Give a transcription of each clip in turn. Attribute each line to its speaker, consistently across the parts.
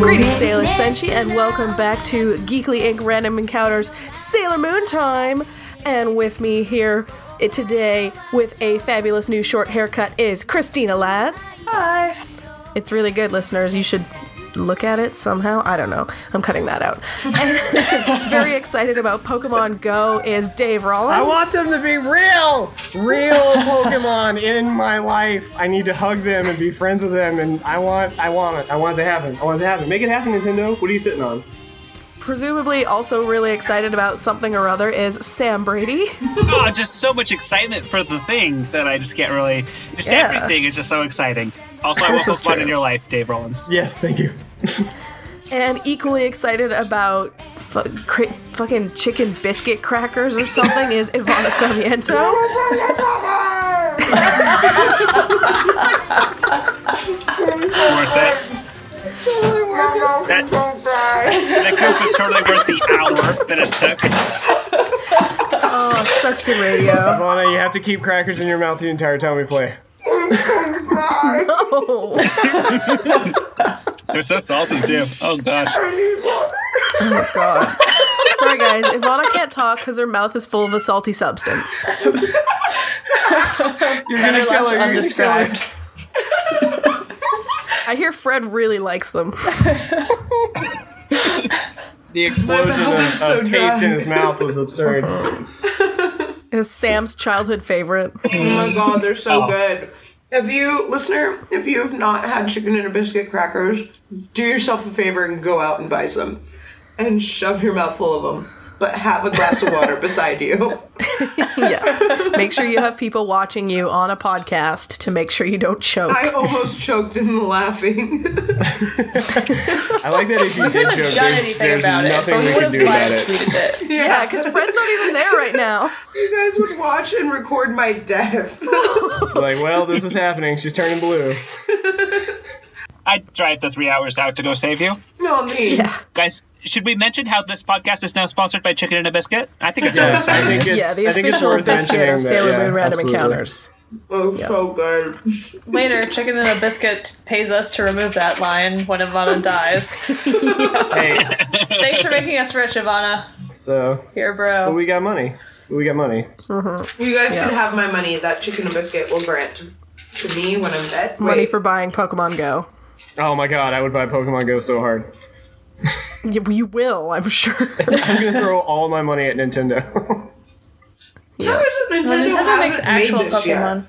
Speaker 1: Greetings, Sailor Senshi, and welcome back to Geekly Inc. Random Encounters Sailor Moon Time. And with me here i- today with a fabulous new short haircut is Christina Ladd.
Speaker 2: Hi.
Speaker 1: It's really good, listeners. You should look at it somehow. I don't know. I'm cutting that out. Very excited about Pokemon Go is Dave Rollins.
Speaker 3: I want them to be real, real Pokemon in my life. I need to hug them and be friends with them, and I want, I want it. I want it to happen. I want it to happen. Make it happen, Nintendo. What are you sitting on?
Speaker 1: Presumably, also really excited about something or other is Sam Brady.
Speaker 4: oh, just so much excitement for the thing that I just can't really. Just
Speaker 1: Yeah.
Speaker 4: everything is just so exciting. Also, I want
Speaker 1: This is
Speaker 4: Pokemon in
Speaker 1: true.
Speaker 4: your life, Dave Rollins.
Speaker 3: Yes, thank you.
Speaker 1: and equally excited about fu- cra- fucking chicken biscuit crackers or something is Ivana Sarmiento.
Speaker 5: Oh
Speaker 4: Worth it. The goop was totally worth the hour that it took.
Speaker 1: Oh, such good radio.
Speaker 3: Ivana, Oh, you have to keep crackers in your mouth the entire time we play.
Speaker 1: Oh,
Speaker 4: They're so salty too. Oh gosh.
Speaker 1: God. Sorry, guys. Ivana can't talk because her mouth is full of a salty substance.
Speaker 3: You're gonna kill
Speaker 2: Left
Speaker 3: her. You're gonna kill her.
Speaker 2: undescribed.
Speaker 1: I hear Fred really likes them.
Speaker 3: The explosion of, of taste in his mouth was absurd.
Speaker 1: It's Sam's childhood favorite.
Speaker 5: Oh my god, they're so
Speaker 4: Oh.
Speaker 5: good. If you, listener, if you have not had chicken and a biscuit crackers, do yourself a favor and go out and buy some. And shove your mouth full of them. But have a glass of water beside you.
Speaker 1: Yeah. Make sure you have people watching you on a podcast to make sure you don't choke.
Speaker 5: I almost choked in the laughing.
Speaker 3: I like that if you did
Speaker 2: Couldn't
Speaker 3: joke,
Speaker 2: have
Speaker 3: there's,
Speaker 2: done anything
Speaker 3: there's
Speaker 2: about it.
Speaker 3: nothing
Speaker 2: but
Speaker 3: we
Speaker 2: would
Speaker 3: can
Speaker 2: have
Speaker 3: do about
Speaker 2: live
Speaker 3: it.
Speaker 2: tweeted it.
Speaker 1: Yeah, because Fred's not even there right now.
Speaker 5: you guys would watch and record my death.
Speaker 3: Like, well, this is happening. She's turning blue.
Speaker 4: I drive the three hours out to go save you.
Speaker 5: no needs.
Speaker 4: Guys, should we mention how this podcast is now sponsored by Chicken and a Biscuit? I think it's so
Speaker 3: Yeah, I
Speaker 4: exciting.
Speaker 3: think it's,
Speaker 1: Yeah, the
Speaker 3: I think it's
Speaker 1: official
Speaker 3: worth
Speaker 1: biscuit
Speaker 3: mentioning
Speaker 1: of
Speaker 3: that-
Speaker 1: Sailor
Speaker 3: yeah,
Speaker 1: Moon Random
Speaker 3: absolutely.
Speaker 1: Encounters.
Speaker 5: Oh, so good.
Speaker 2: Later, Chicken and a Biscuit pays us to remove that line when Ivana dies.
Speaker 3: Hey,
Speaker 2: Thanks for making us rich, Ivana.
Speaker 3: so
Speaker 2: Here, bro.
Speaker 3: but we got money. We got money.
Speaker 5: You guys
Speaker 1: Yeah.
Speaker 5: can have my money that chicken and biscuit will grant to me when I'm dead.
Speaker 1: Money
Speaker 5: Wait,
Speaker 1: for buying Pokemon Go.
Speaker 3: Oh my god, I would buy Pokemon Go so hard.
Speaker 1: You you will, I'm sure.
Speaker 3: I'm gonna throw all my money at Nintendo.
Speaker 5: how is it
Speaker 2: Well,
Speaker 5: Nintendo,
Speaker 2: Nintendo makes
Speaker 5: hasn't made
Speaker 2: actual
Speaker 5: this
Speaker 2: Pokemon.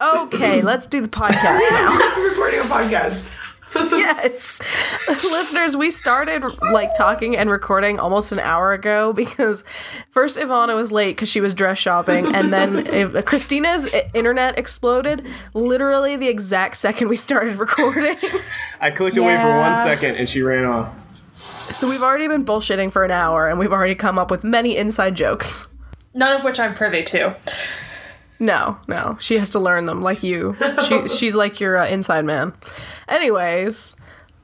Speaker 1: okay, let's do the podcast now.
Speaker 5: yet? We're recording a podcast.
Speaker 1: Yes. Listeners, we started like talking and recording almost an hour ago because first Ivana was late because she was dress shopping, and then if, Christina's i- internet exploded literally the exact second we started recording.
Speaker 3: I clicked away for
Speaker 2: Yeah.
Speaker 3: one second and she ran off.
Speaker 1: so we've already been bullshitting for an hour, and we've already come up with many inside jokes.
Speaker 2: None of which I'm privy to.
Speaker 1: No, no, she has to learn them like you. She, she's like your uh, inside man. Anyways,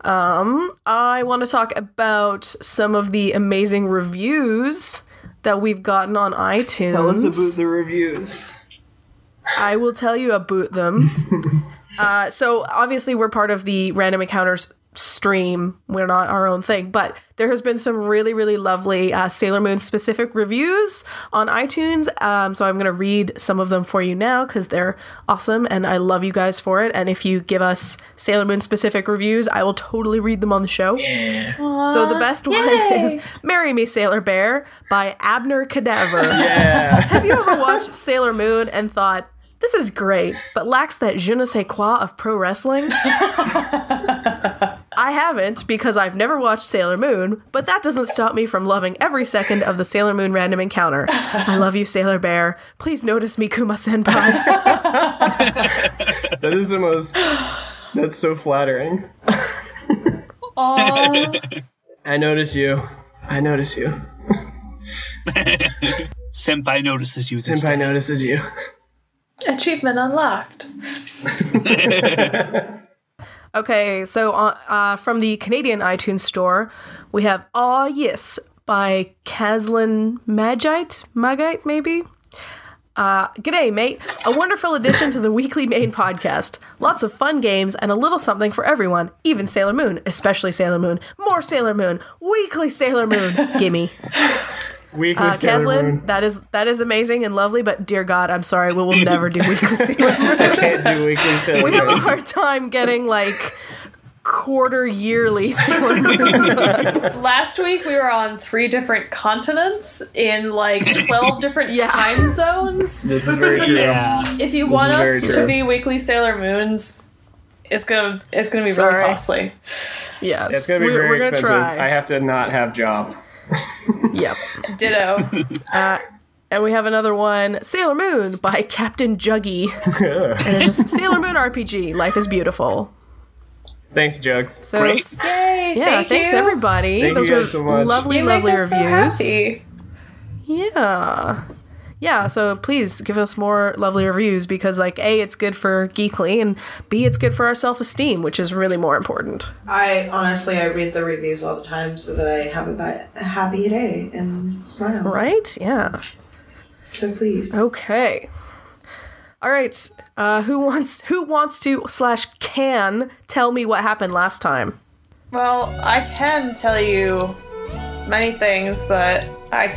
Speaker 1: um, I want to talk about some of the amazing reviews that we've gotten on iTunes.
Speaker 3: the reviews.
Speaker 1: I will tell you about them. uh, so obviously, we're part of the Random Encounters stream. We're not our own thing, but there has been some really, really lovely uh, Sailor Moon specific reviews on iTunes. Um, so I'm going to read some of them for you now because they're awesome, and I love you guys for it. And if you give us Sailor Moon specific reviews, I will totally read them on the show. So the best one is "Marry Me, Sailor Bear" by Abner Cadaver. Have you ever watched Sailor Moon and thought, "This is great, but lacks that je ne sais quoi of pro wrestling"? I haven't because I've never watched Sailor Moon, but that doesn't stop me from loving every second of the Sailor Moon random encounter. I love you, Sailor Bear. Please notice me, Kuma Senpai.
Speaker 3: That is the most. That's so flattering.
Speaker 2: Aw.
Speaker 3: I notice you. I notice you.
Speaker 4: Senpai notices you this
Speaker 3: Senpai notices you.
Speaker 2: Achievement unlocked.
Speaker 1: Okay, so uh, uh, from the Canadian iTunes store, we have Ah Yes by Kaslin Magite, Magite maybe? Uh, G'day, mate. A wonderful addition to the weekly main podcast. Lots of fun games and a little something for everyone, even Sailor Moon, especially Sailor Moon. More Sailor Moon. Weekly Sailor Moon. Gimme.
Speaker 3: Weekly
Speaker 1: Uh,
Speaker 3: Sailor
Speaker 1: Kaslin,
Speaker 3: Moon.
Speaker 1: that is that is amazing and lovely, but dear God, I'm sorry, we will never do weekly Sailor Moon
Speaker 3: Can't do weekly Sailor
Speaker 1: we have a
Speaker 3: Moon.
Speaker 1: hard time getting like quarter yearly Sailor Moon.
Speaker 2: Last week we were on three different continents in like 12 different
Speaker 1: Yeah.
Speaker 2: time zones.
Speaker 6: This is very true.
Speaker 4: Yeah.
Speaker 2: If you want
Speaker 6: is very
Speaker 2: us to
Speaker 6: true.
Speaker 2: be weekly Sailor Moons, it's gonna it's gonna be
Speaker 1: Sorry.
Speaker 2: really costly.
Speaker 1: yes,
Speaker 3: It's gonna be
Speaker 1: we're,
Speaker 3: very
Speaker 1: we're gonna
Speaker 3: expensive. I
Speaker 1: try.
Speaker 3: have to not have job.
Speaker 1: yep.
Speaker 2: Ditto.
Speaker 1: And we have another one, Sailor Moon by Captain Juggy, and it's just Sailor Moon RPG. Life is beautiful.
Speaker 3: Thanks, Jugs.
Speaker 1: So
Speaker 4: Great.
Speaker 2: Yay!
Speaker 1: yeah,
Speaker 2: thank
Speaker 1: thanks
Speaker 2: you.
Speaker 1: everybody.
Speaker 3: Thank
Speaker 1: Those
Speaker 3: you guys
Speaker 1: were
Speaker 3: so much.
Speaker 1: lovely,
Speaker 2: You make
Speaker 1: lovely
Speaker 2: us so
Speaker 1: reviews.
Speaker 2: happy.
Speaker 1: Yeah. Yeah, so please give us more lovely reviews because, like, A, it's good for Geekly, and B, it's good for our self esteem, which is really more important.
Speaker 5: I honestly, I read the reviews all the time so that I have a bi- a happy day and smile.
Speaker 1: Right? Yeah.
Speaker 5: So please.
Speaker 2: Oh,
Speaker 1: Okay. All right. Uh, who wants who wants to slash can tell me what happened last time?
Speaker 2: Well, I can tell you many things, but I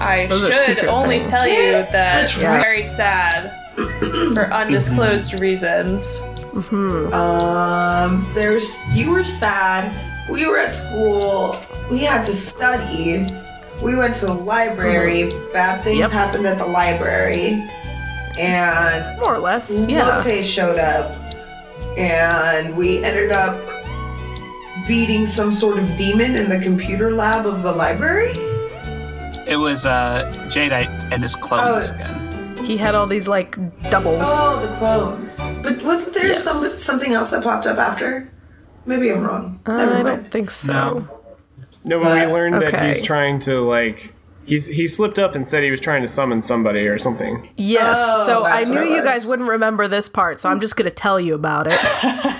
Speaker 2: I
Speaker 1: Those are
Speaker 2: should
Speaker 1: secret
Speaker 2: only
Speaker 1: things.
Speaker 2: tell you that it's
Speaker 1: right.
Speaker 2: very sad for undisclosed reasons.
Speaker 5: Um, there's you were sad. We were at school. We had to study. We went to the library.
Speaker 2: Mm-hmm.
Speaker 5: Bad things
Speaker 1: Yep.
Speaker 5: happened at the library, and
Speaker 1: More or less.
Speaker 5: Mm,
Speaker 1: Yeah.
Speaker 5: Lotte showed up, and we ended up beating some sort of demon in the computer lab of the library.
Speaker 4: It was uh, Jadeite and his clones
Speaker 5: Oh.
Speaker 4: again.
Speaker 1: He had all these like doubles.
Speaker 5: Oh, the clones. But wasn't there
Speaker 1: Yes.
Speaker 5: some something else that popped up after? Maybe I'm wrong.
Speaker 1: Uh,
Speaker 5: Never
Speaker 1: I
Speaker 5: mind.
Speaker 1: don't think so.
Speaker 4: No.
Speaker 3: No, but we learned that
Speaker 1: okay.
Speaker 3: he's trying to like. He's, he slipped up and said he was trying to summon somebody or something.
Speaker 1: Yes.
Speaker 5: Oh,
Speaker 1: so I
Speaker 5: that's what
Speaker 1: knew
Speaker 5: it
Speaker 1: you
Speaker 5: was.
Speaker 1: guys wouldn't remember this part, so I'm just gonna tell you about it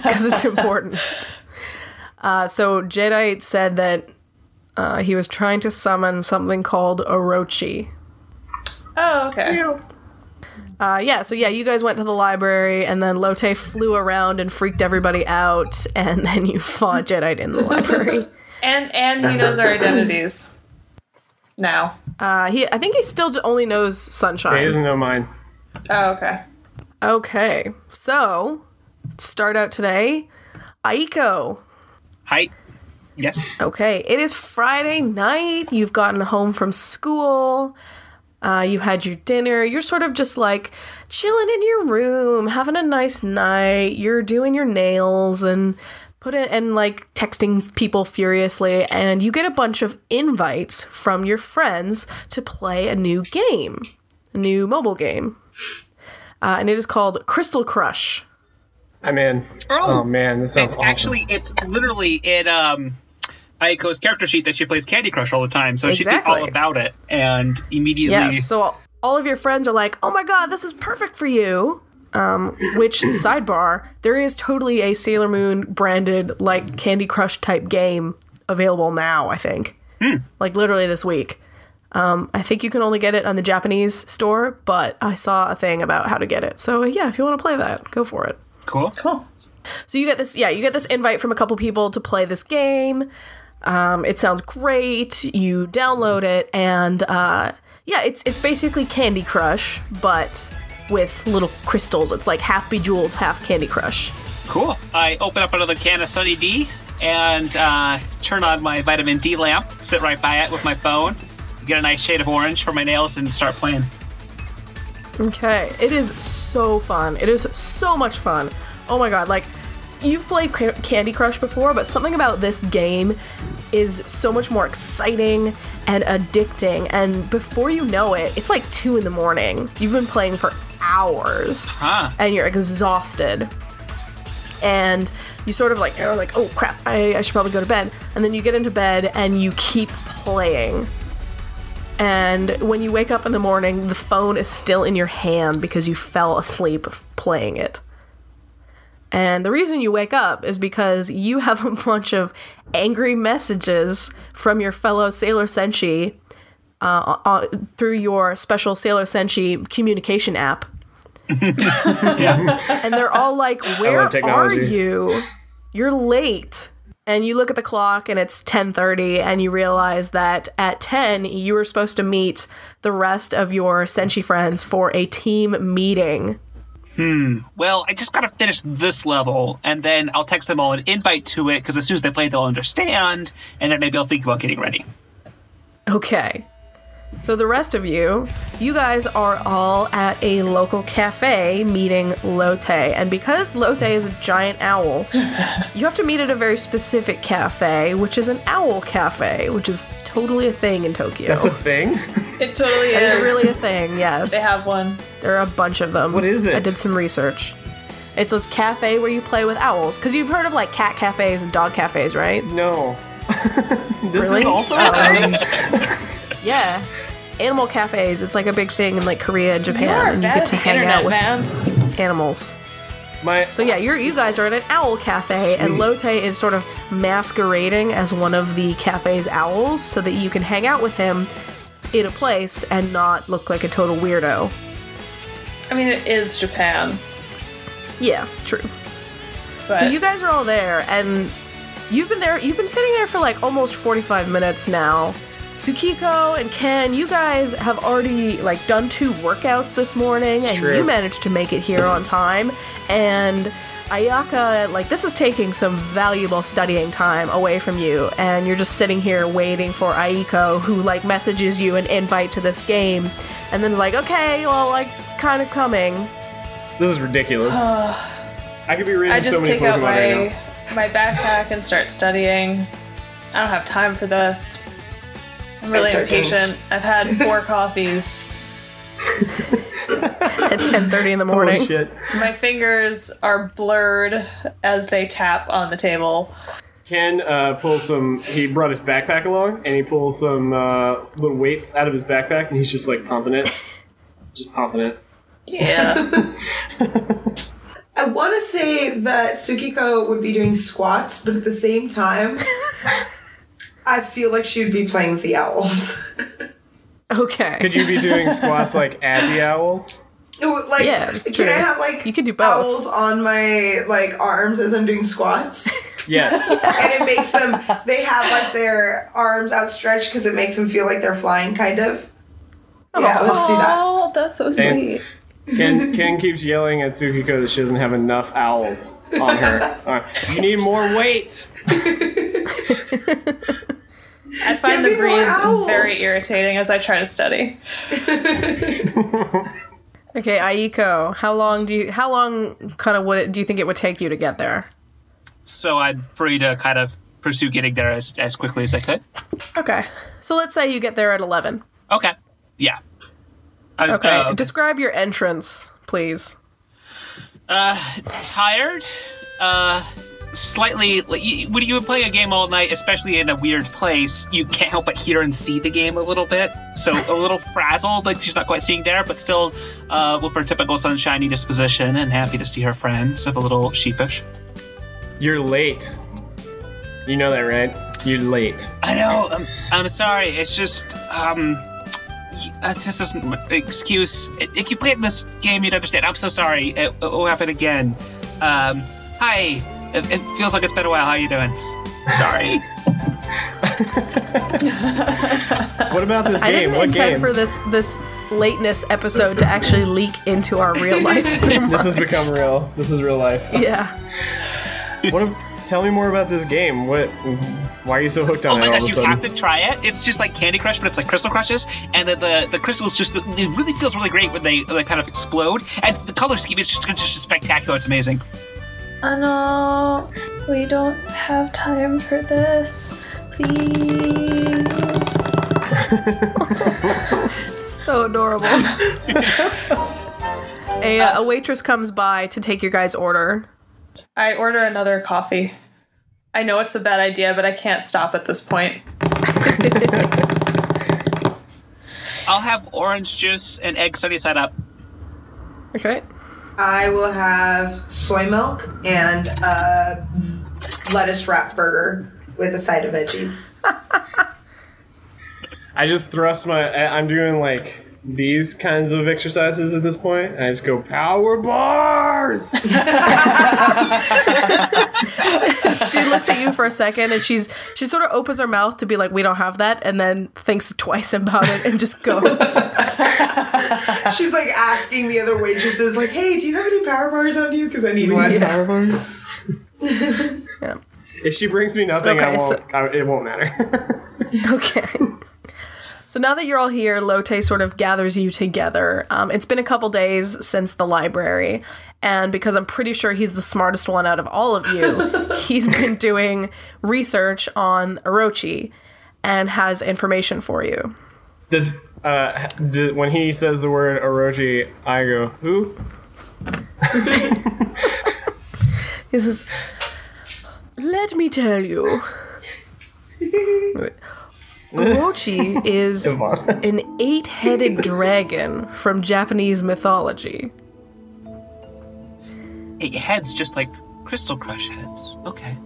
Speaker 1: because it's important. Uh, so Jedi said that uh, he was trying to summon something called Orochi.
Speaker 2: Oh, okay.
Speaker 1: Uh, yeah, so yeah, you guys went to the library, and then Lotte flew around and freaked everybody out, and then you fought Jedi in the library.
Speaker 2: And and he knows our identities now.
Speaker 1: Uh, he, I think he still j- only knows
Speaker 3: He
Speaker 1: Sunshine.
Speaker 3: doesn't know mine.
Speaker 2: Oh, okay.
Speaker 1: Okay, so start out today, Aiko.
Speaker 4: Hi. Yes.
Speaker 1: Okay, it is Friday night. You've gotten home from school. Uh, you had your dinner. You're sort of just like chilling in your room, having a nice night. You're doing your nails and put it and like texting people furiously. And you get a bunch of invites from your friends to play a new game, a new mobile game. Uh, and it is called Crystal Crush.
Speaker 3: I'm in.
Speaker 4: Oh,
Speaker 3: Oh, man, this sounds
Speaker 4: It's
Speaker 3: awesome.
Speaker 4: actually, it's literally in um, Aiko's character sheet that she plays Candy Crush all the time, so she knew
Speaker 1: Exactly.
Speaker 4: all about it and immediately.
Speaker 1: Yes. So all of your friends are like, "Oh my god, this is perfect for you." Um, which sidebar, there is totally a Sailor Moon branded like Candy Crush type game available now. I think, like literally this week. Um, I think you can only get it on the Japanese store, but I saw a thing about how to get it. So yeah, if you want to play that, go for it.
Speaker 4: Cool.
Speaker 2: Cool.
Speaker 1: So you get this, yeah, you get this invite from a couple people to play this game. Um, it sounds great. You download it, and uh, yeah, it's it's basically Candy Crush, but with little crystals. It's like half bejeweled, half Candy Crush.
Speaker 4: Cool. I open up another can of Sunny D and uh, turn on my vitamin D lamp, sit right by it with my phone, get a nice shade of orange for my nails, and start playing.
Speaker 1: Okay, it is so fun. It is so much fun. Oh my god, like you've played Ca- Candy Crush before, but something about this game is so much more exciting and addicting. And before you know it, it's like two in the morning. You've been playing for hours
Speaker 4: Huh.
Speaker 1: and you're exhausted and you sort of like are like oh crap I, I should probably go to bed and then you get into bed and you keep playing and when you wake up in the morning the phone is still in your hand because you fell asleep playing it And the reason you wake up is because you have a bunch of angry messages from your fellow Sailor Senshi uh, uh, through your special Sailor Senshi communication app. And they're all like, "Where are
Speaker 3: technology.
Speaker 1: you? You're late." And you look at the clock and it's 10:30 and you realize that at 10 you were supposed to meet the rest of your Senshi friends for a team meeting.
Speaker 4: Well, I just gotta finish this level, and then I'll text them all an invite to it, because as soon as they play, they'll understand, and then maybe I'll think about getting ready.
Speaker 1: Okay. So the rest of you, you guys are all at a local cafe meeting Lotte. And because Lotte is a giant owl, you have to meet at a very specific cafe, which is an owl cafe, which is totally a thing in Tokyo.
Speaker 3: That's a thing.
Speaker 2: It totally
Speaker 1: It
Speaker 2: is.
Speaker 1: is really a thing, yes.
Speaker 2: They have one.
Speaker 1: There are a bunch of them.
Speaker 3: What is it?
Speaker 1: I did some research. It's a cafe where you play with owls. Because you've heard of like cat cafes and dog cafes, right?
Speaker 3: No. this
Speaker 1: Really?
Speaker 3: is also a
Speaker 2: Oh.
Speaker 1: Uh-oh.
Speaker 3: thing.
Speaker 1: Yeah. Animal cafes. It's like a big thing in like Korea and Japan.
Speaker 2: You're
Speaker 1: and you
Speaker 2: bad
Speaker 1: get
Speaker 2: at
Speaker 1: to
Speaker 2: the
Speaker 1: hang
Speaker 2: internet,
Speaker 1: out with
Speaker 2: man.
Speaker 1: animals.
Speaker 3: My
Speaker 1: So yeah, you're, you guys are at an owl cafe, and Lotte is sort of masquerading as one of the cafe's owls, so that you can hang out with him in a place and not look like a total weirdo.
Speaker 2: I mean, it is Japan.
Speaker 1: Yeah, true.
Speaker 2: But
Speaker 1: So you guys are all there, and you've been there. You've been sitting there for like almost 45 minutes now. Tsukiko and Ken, you guys have already like done two workouts this morning, and
Speaker 3: true.
Speaker 1: you managed to make it here on time. And Ayaka, like this is taking some valuable studying time away from you, and you're just sitting here waiting for Aiko, who like messages you an invite to this game, and then like, okay, well, like kind of coming,
Speaker 3: this is ridiculous. I could be reading
Speaker 2: I just
Speaker 3: so many
Speaker 2: take
Speaker 3: Pokemon
Speaker 2: out my
Speaker 3: right now.
Speaker 2: my backpack and start studying. I don't have time for this. I'm really
Speaker 5: start games.
Speaker 2: impatient. I've had four coffees.
Speaker 1: at 10:30 in the morning.
Speaker 3: Holy shit.
Speaker 2: My fingers are blurred as they tap on the table.
Speaker 3: Ken uh, pulls some. He brought his backpack along, and he pulls some uh, little weights out of his backpack, and he's just like pumping it, just pumping it.
Speaker 2: Yeah.
Speaker 5: I want to say that Tsukiko would be doing squats, but at the same time, I feel like she would be playing with the owls.
Speaker 1: Okay.
Speaker 3: Could you be doing squats like at the owls?
Speaker 5: It would, like,
Speaker 1: Yeah, it's true.
Speaker 5: can I have like
Speaker 1: You could do both.
Speaker 5: owls on my like arms as I'm doing squats,
Speaker 3: Yes.
Speaker 5: and it makes them they have like their arms outstretched because it makes them feel like they're flying, kind of. Yeah, let's do that.
Speaker 2: Oh, that's so sweet.
Speaker 3: Ken Ken keeps yelling at Tsukiko that she doesn't have enough owls on her. All right. You need more weights.
Speaker 2: I find
Speaker 5: Give me
Speaker 2: the
Speaker 5: more
Speaker 2: breeze
Speaker 5: owls.
Speaker 2: very irritating as I try to study.
Speaker 1: Okay, Aiko, how long do you how long kind of would it do you think it would take you to get there?
Speaker 4: So I'm free to kind of pursue getting there as, as quickly as I could.
Speaker 1: Okay. So let's say you get there at 11.
Speaker 4: Okay. Yeah. I was,
Speaker 1: Okay.
Speaker 3: Um,
Speaker 4: uh,
Speaker 1: Describe your entrance, please.
Speaker 4: Uh, tired. Uh, slightly. Like, you, when you play a game all night, especially in a weird place, you can't help but hear and see the game a little bit. So a little frazzled, like she's not quite seeing there, but still uh, with her typical sunshiny disposition and happy to see her friends, if a little sheepish.
Speaker 3: You're late. You know that, right? You're late.
Speaker 4: I know. I'm, I'm sorry. It's just um, y- uh, this isn't an excuse. I- If you played this game, you'd understand. I'm so sorry. It, it will happen again. Um, hi. It, it feels like it's been a while. How you doing? Sorry.
Speaker 3: What about this
Speaker 1: I
Speaker 3: game?
Speaker 1: didn't
Speaker 3: What
Speaker 1: intend
Speaker 3: game?
Speaker 1: for this this lateness episode to actually leak into our real life. so
Speaker 3: this has
Speaker 1: much.
Speaker 3: become real. This is real life.
Speaker 1: Yeah.
Speaker 3: What? If, tell me more about this game. What? Why are you so hooked on
Speaker 4: oh
Speaker 3: it
Speaker 4: my
Speaker 3: all of a
Speaker 4: gosh, you
Speaker 3: sudden?
Speaker 4: have to try it. It's just like Candy Crush, but it's like Crystal Crushes, and the the, the crystals just it really feels really great when they, they kind of explode, and the color scheme is just it's just spectacular. It's amazing.
Speaker 2: I know we don't have time for this. Please.
Speaker 1: So adorable. a, uh, a waitress comes by to take your guys' order.
Speaker 2: I order another coffee. I know it's a bad idea, but I can't stop at this point.
Speaker 4: I'll have orange juice and egg sunny side up.
Speaker 1: Okay.
Speaker 5: I will have soy milk and a lettuce wrap burger with a side of veggies.
Speaker 3: I just thrust my. I- I'm doing like these kinds of exercises at this point, and I just go power bars.
Speaker 1: she looks at you for a second and she's she sort of opens her mouth to be like we don't have that and then thinks twice about it and just goes
Speaker 5: She's like asking the other waitresses, like, "Hey, do you have any power bars on you? Because I need one."
Speaker 3: if she brings me nothing, I
Speaker 1: Okay,
Speaker 3: won't.
Speaker 1: so-
Speaker 3: I, it won't matter.
Speaker 1: okay so now that you're all here lote sort of gathers you together um, it's been a couple days since the library and because i'm pretty sure he's the smartest one out of all of you he's been doing research on orochi and has information for you
Speaker 3: Does uh, do, when he says the word Orochi, I go who?
Speaker 1: He says, Let me tell you. Orochi is
Speaker 3: on.
Speaker 1: an eight headed dragon from Japanese mythology.
Speaker 4: Eight heads, just like Crystal Crush heads. Okay.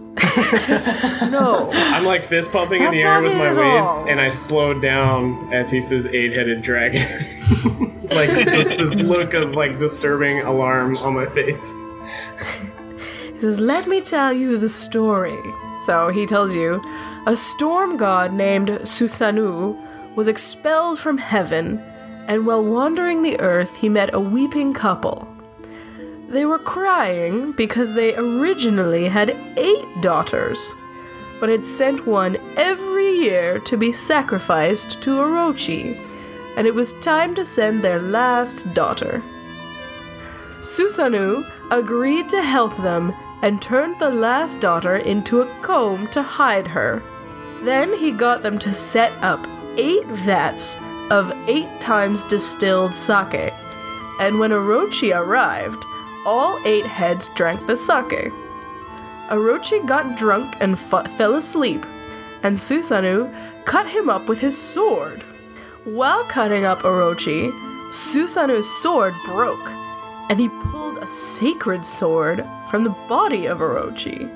Speaker 1: No.
Speaker 3: I'm like fist pumping in
Speaker 1: That's
Speaker 3: the air
Speaker 1: not
Speaker 3: with
Speaker 1: it
Speaker 3: my
Speaker 1: at
Speaker 3: weights,
Speaker 1: all.
Speaker 3: and I slow down as he says eight-headed dragon. like this, this look of like disturbing alarm on my face.
Speaker 1: He says, Let me tell you the story. So he tells you a storm god named Susanu was expelled from heaven, and while wandering the earth, he met a weeping couple. They were crying because they originally had eight daughters, but had sent one every year to be sacrificed to Orochi, and it was time to send their last daughter. Susanu agreed to help them and turned the last daughter into a comb to hide her. Then he got them to set up eight vats of eight times distilled sake. And when Orochi arrived, all eight heads drank the sake. Orochi got drunk and fu- fell asleep, and Susanu cut him up with his sword. While cutting up Orochi, Susanu's sword broke, and he pulled a sacred sword from the body of Orochi.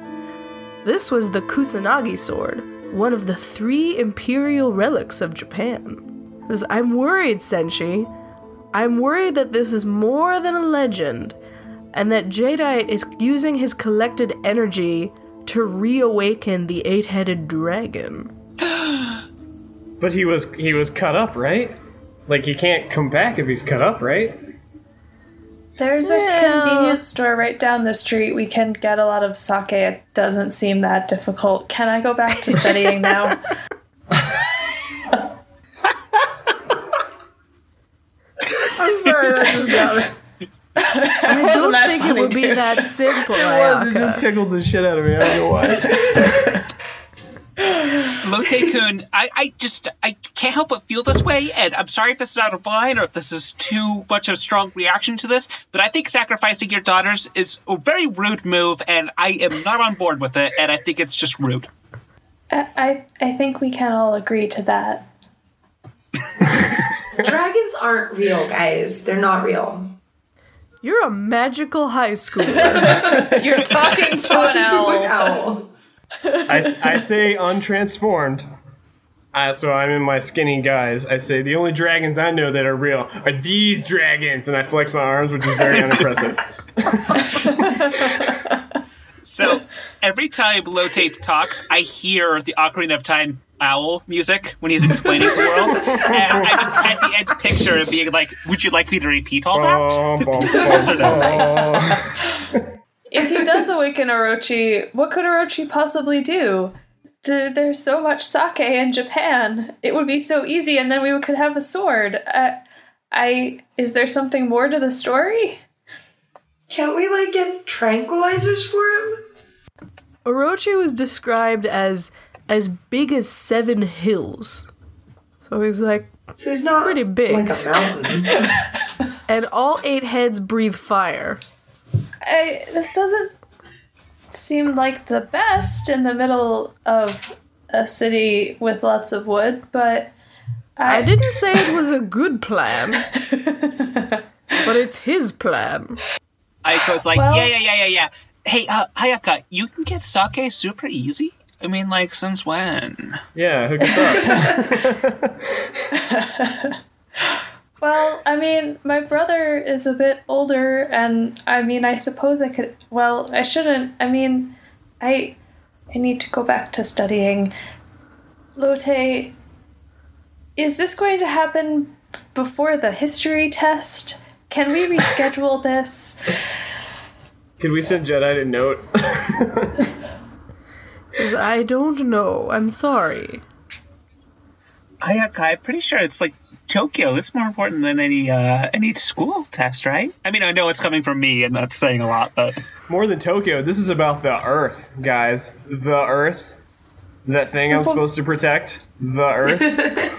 Speaker 1: This was the Kusanagi sword, one of the three imperial relics of Japan. He says, I'm worried, Senshi. I'm worried that this is more than a legend, and that Jadeite is using his collected energy to reawaken the eight headed dragon.
Speaker 3: But he was he was cut up, right? Like he can't come back if he's cut up, right?
Speaker 2: There's
Speaker 1: Yeah.
Speaker 2: a convenience store right down the street. We can get a lot of sake. It doesn't seem that difficult. Can I go back to studying now?
Speaker 3: I'm sorry, that just got it.
Speaker 1: I don't
Speaker 2: that
Speaker 1: think it
Speaker 2: funny,
Speaker 1: would be
Speaker 2: dude?
Speaker 1: that simple.
Speaker 3: It
Speaker 1: Ayaka.
Speaker 3: just tickled the shit out of me. I don't know why.
Speaker 4: Lote Kun, I, I just I can't help but feel this way, and I'm sorry if this is out of line or if this is too much of a strong reaction to this, but I think sacrificing your daughters is a very rude move, and I am not on board with it, and I think it's just rude.
Speaker 2: I, I think we can all agree to that.
Speaker 5: Dragons aren't real, guys. They're not real.
Speaker 1: You're a magical high schooler.
Speaker 2: You're talking to an
Speaker 5: To an
Speaker 2: owl.
Speaker 5: owl.
Speaker 3: I, s- I say untransformed. I, so I'm in my skinny guys. I say the only dragons I know that are real are these dragons, and I flex my arms, which is very unimpressive.
Speaker 4: So every time Lotate talks, I hear the Ocarina of Time owl music when he's explaining the world, and I just at the end picture of being like, "Would you like me to repeat all that?"
Speaker 3: Bum, bum,
Speaker 4: Those are
Speaker 3: bum,
Speaker 4: not nice.
Speaker 3: bum.
Speaker 2: If he does awaken Orochi, what could Orochi possibly do? Th- There's so much sake in Japan. It would be so easy, and then we could have a sword. Uh, I is there something more to the story?
Speaker 5: Can't we like get tranquilizers for him?
Speaker 1: Orochi was described as as big as seven hills. So he's like,
Speaker 5: So he's not
Speaker 1: Pretty big.
Speaker 5: like a mountain.
Speaker 1: and all eight heads breathe fire.
Speaker 2: I, this doesn't seem like the best in the middle of a city with lots of wood, but
Speaker 1: I didn't say it was a good plan, but it's his plan.
Speaker 4: Aiko's like,
Speaker 2: Well-
Speaker 4: yeah, yeah, yeah, yeah, yeah. Hey, uh, Hayaka, you can get sake super easy. I mean, like, since when?
Speaker 3: Yeah, hook us up.
Speaker 2: Well, I mean, my brother is a bit older, and I mean, I suppose I could. Well, I shouldn't. I mean, I, I need to go back to studying. Lotte, is this going to happen before the history test? Can we reschedule this?
Speaker 3: Could we send Jedi a note?
Speaker 1: He's, I don't know. I'm sorry.
Speaker 4: Hayaka, I'm pretty sure it's like Tokyo. It's more important than any uh, any school test, right? I mean, I know it's coming from me, and that's saying a lot, but
Speaker 3: More than Tokyo, this is about the Earth, guys. The Earth. That thing I'm supposed to protect. The Earth.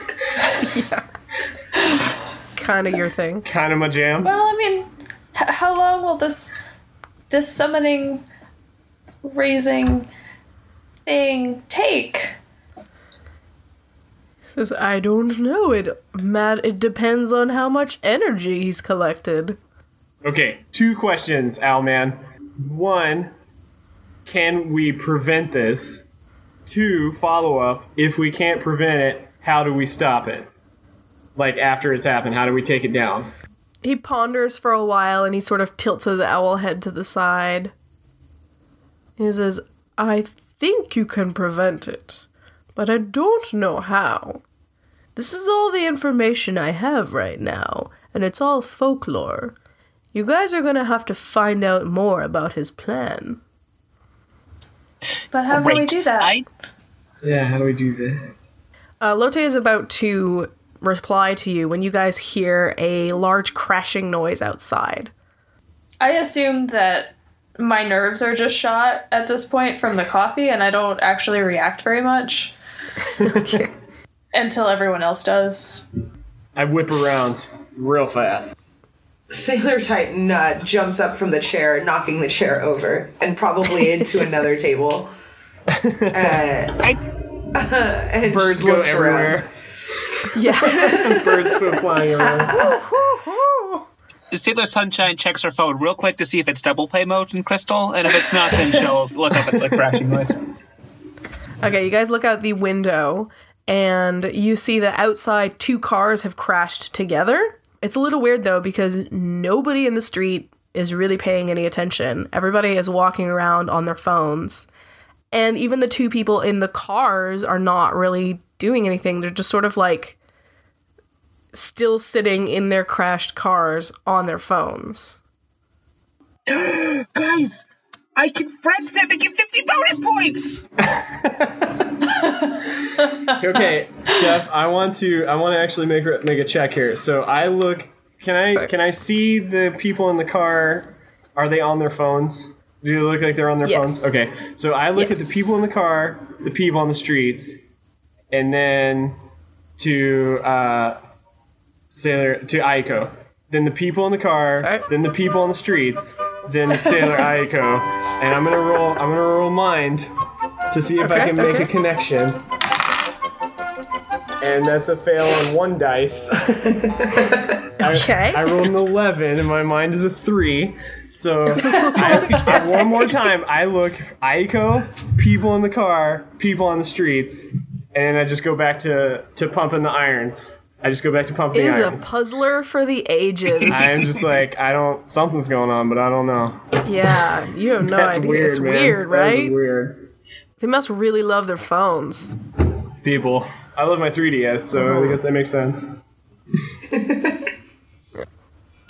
Speaker 1: Kind of your thing.
Speaker 3: kind of my jam.
Speaker 2: Well, I mean, h- how long will this this summoning, raising thing take?
Speaker 1: Says, I don't know. It mad. It depends on how much energy he's collected.
Speaker 3: Okay, two questions, Owlman. One, can we prevent this? Two, follow up. If we can't prevent it, how do we stop it? Like after it's happened, how do we take it down?
Speaker 1: He ponders for a while and he sort of tilts his owl head to the side. He says, I think you can prevent it, but I don't know how. This is all the information I have right now, and it's all folklore. You guys are gonna have to find out more about his plan.
Speaker 2: But how
Speaker 4: great.
Speaker 2: can we do that?
Speaker 4: I
Speaker 3: Yeah, how do we do that?
Speaker 1: Uh, Lotte is about to reply to you when you guys hear a large crashing noise outside.
Speaker 2: I assume that my nerves are just shot at this point from the coffee, and I don't actually react very much until everyone else does.
Speaker 3: I whip around real fast.
Speaker 5: Sailor Titan uh, jumps up from the chair, knocking the chair over and probably into another table. Uh,
Speaker 4: I
Speaker 5: And
Speaker 3: Birds
Speaker 5: just
Speaker 3: go
Speaker 5: looks around.
Speaker 3: everywhere.
Speaker 1: Yeah.
Speaker 3: Birds go flying around.
Speaker 4: Sailor Sunshine checks her phone real quick to see if it's double play mode in Crystal, and if it's not, then she'll look up at the crashing noise.
Speaker 1: Okay, you guys look out the window and you see that outside two cars have crashed together. It's a little weird though because nobody in the street is really paying any attention. Everybody is walking around on their phones. And even the two people in the cars are not really doing anything. They're just sort of like still sitting in their crashed cars on their phones.
Speaker 4: Guys, I can friend them and give 50 bonus points!
Speaker 3: Okay, Steph, I want to I want to actually make her- make a check here. So I look. Can I can I see the people in the car? Are they on their phones? Do they look like they're on their
Speaker 1: Yes.
Speaker 3: phones? Okay. So I look at
Speaker 1: Yes.
Speaker 3: the people in the car, the people on the streets, and then to uh, Sailor to Aiko. Then the people in the car,
Speaker 1: Sorry.
Speaker 3: then the people on the streets, then to Sailor Aiko, and I'm gonna roll. I'm gonna roll mind to see if I
Speaker 1: Okay,
Speaker 3: can make
Speaker 1: okay.
Speaker 3: a connection. And that's a fail on one dice.
Speaker 1: Okay.
Speaker 3: I rolled an 11 and my mind is a 3. So, I, one more time, I look Aiko, people in the car, people on the streets, and I just go back to, to pumping the irons. I just go back to pumping
Speaker 1: It
Speaker 3: the
Speaker 1: is a
Speaker 3: irons.
Speaker 1: puzzler for the ages.
Speaker 3: I'm just like, I don't, something's going on, but I don't know.
Speaker 1: yeah, you have no
Speaker 3: That's
Speaker 1: idea.
Speaker 3: weird,
Speaker 1: it's
Speaker 3: man.
Speaker 1: weird,
Speaker 3: That is
Speaker 1: right?
Speaker 3: weird.
Speaker 1: They must really love their phones.
Speaker 3: People. I love my 3DS, so I guess that makes sense.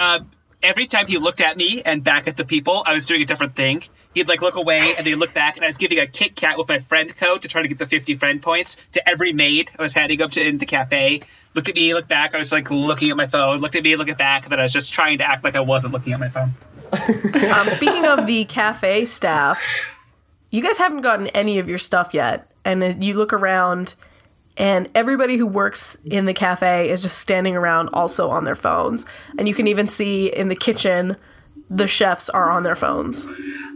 Speaker 4: Uh, every time he looked at me and back at the people, I was doing a different thing. He'd like look away and then look back, and I was giving a Kit Kat with my friend code to try to get the 50 friend points to every maid I was handing up to in the cafe. Look at me, look back. I was like looking at my phone, looked at me, look at back, and then I was just trying to act like I wasn't looking at my phone.
Speaker 1: Um, speaking of the cafe staff, you guys haven't gotten any of your stuff yet, and as you look around, and everybody who works in the cafe is just standing around, also on their phones, and you can even see in the kitchen. The chefs are on their phones.
Speaker 5: Um,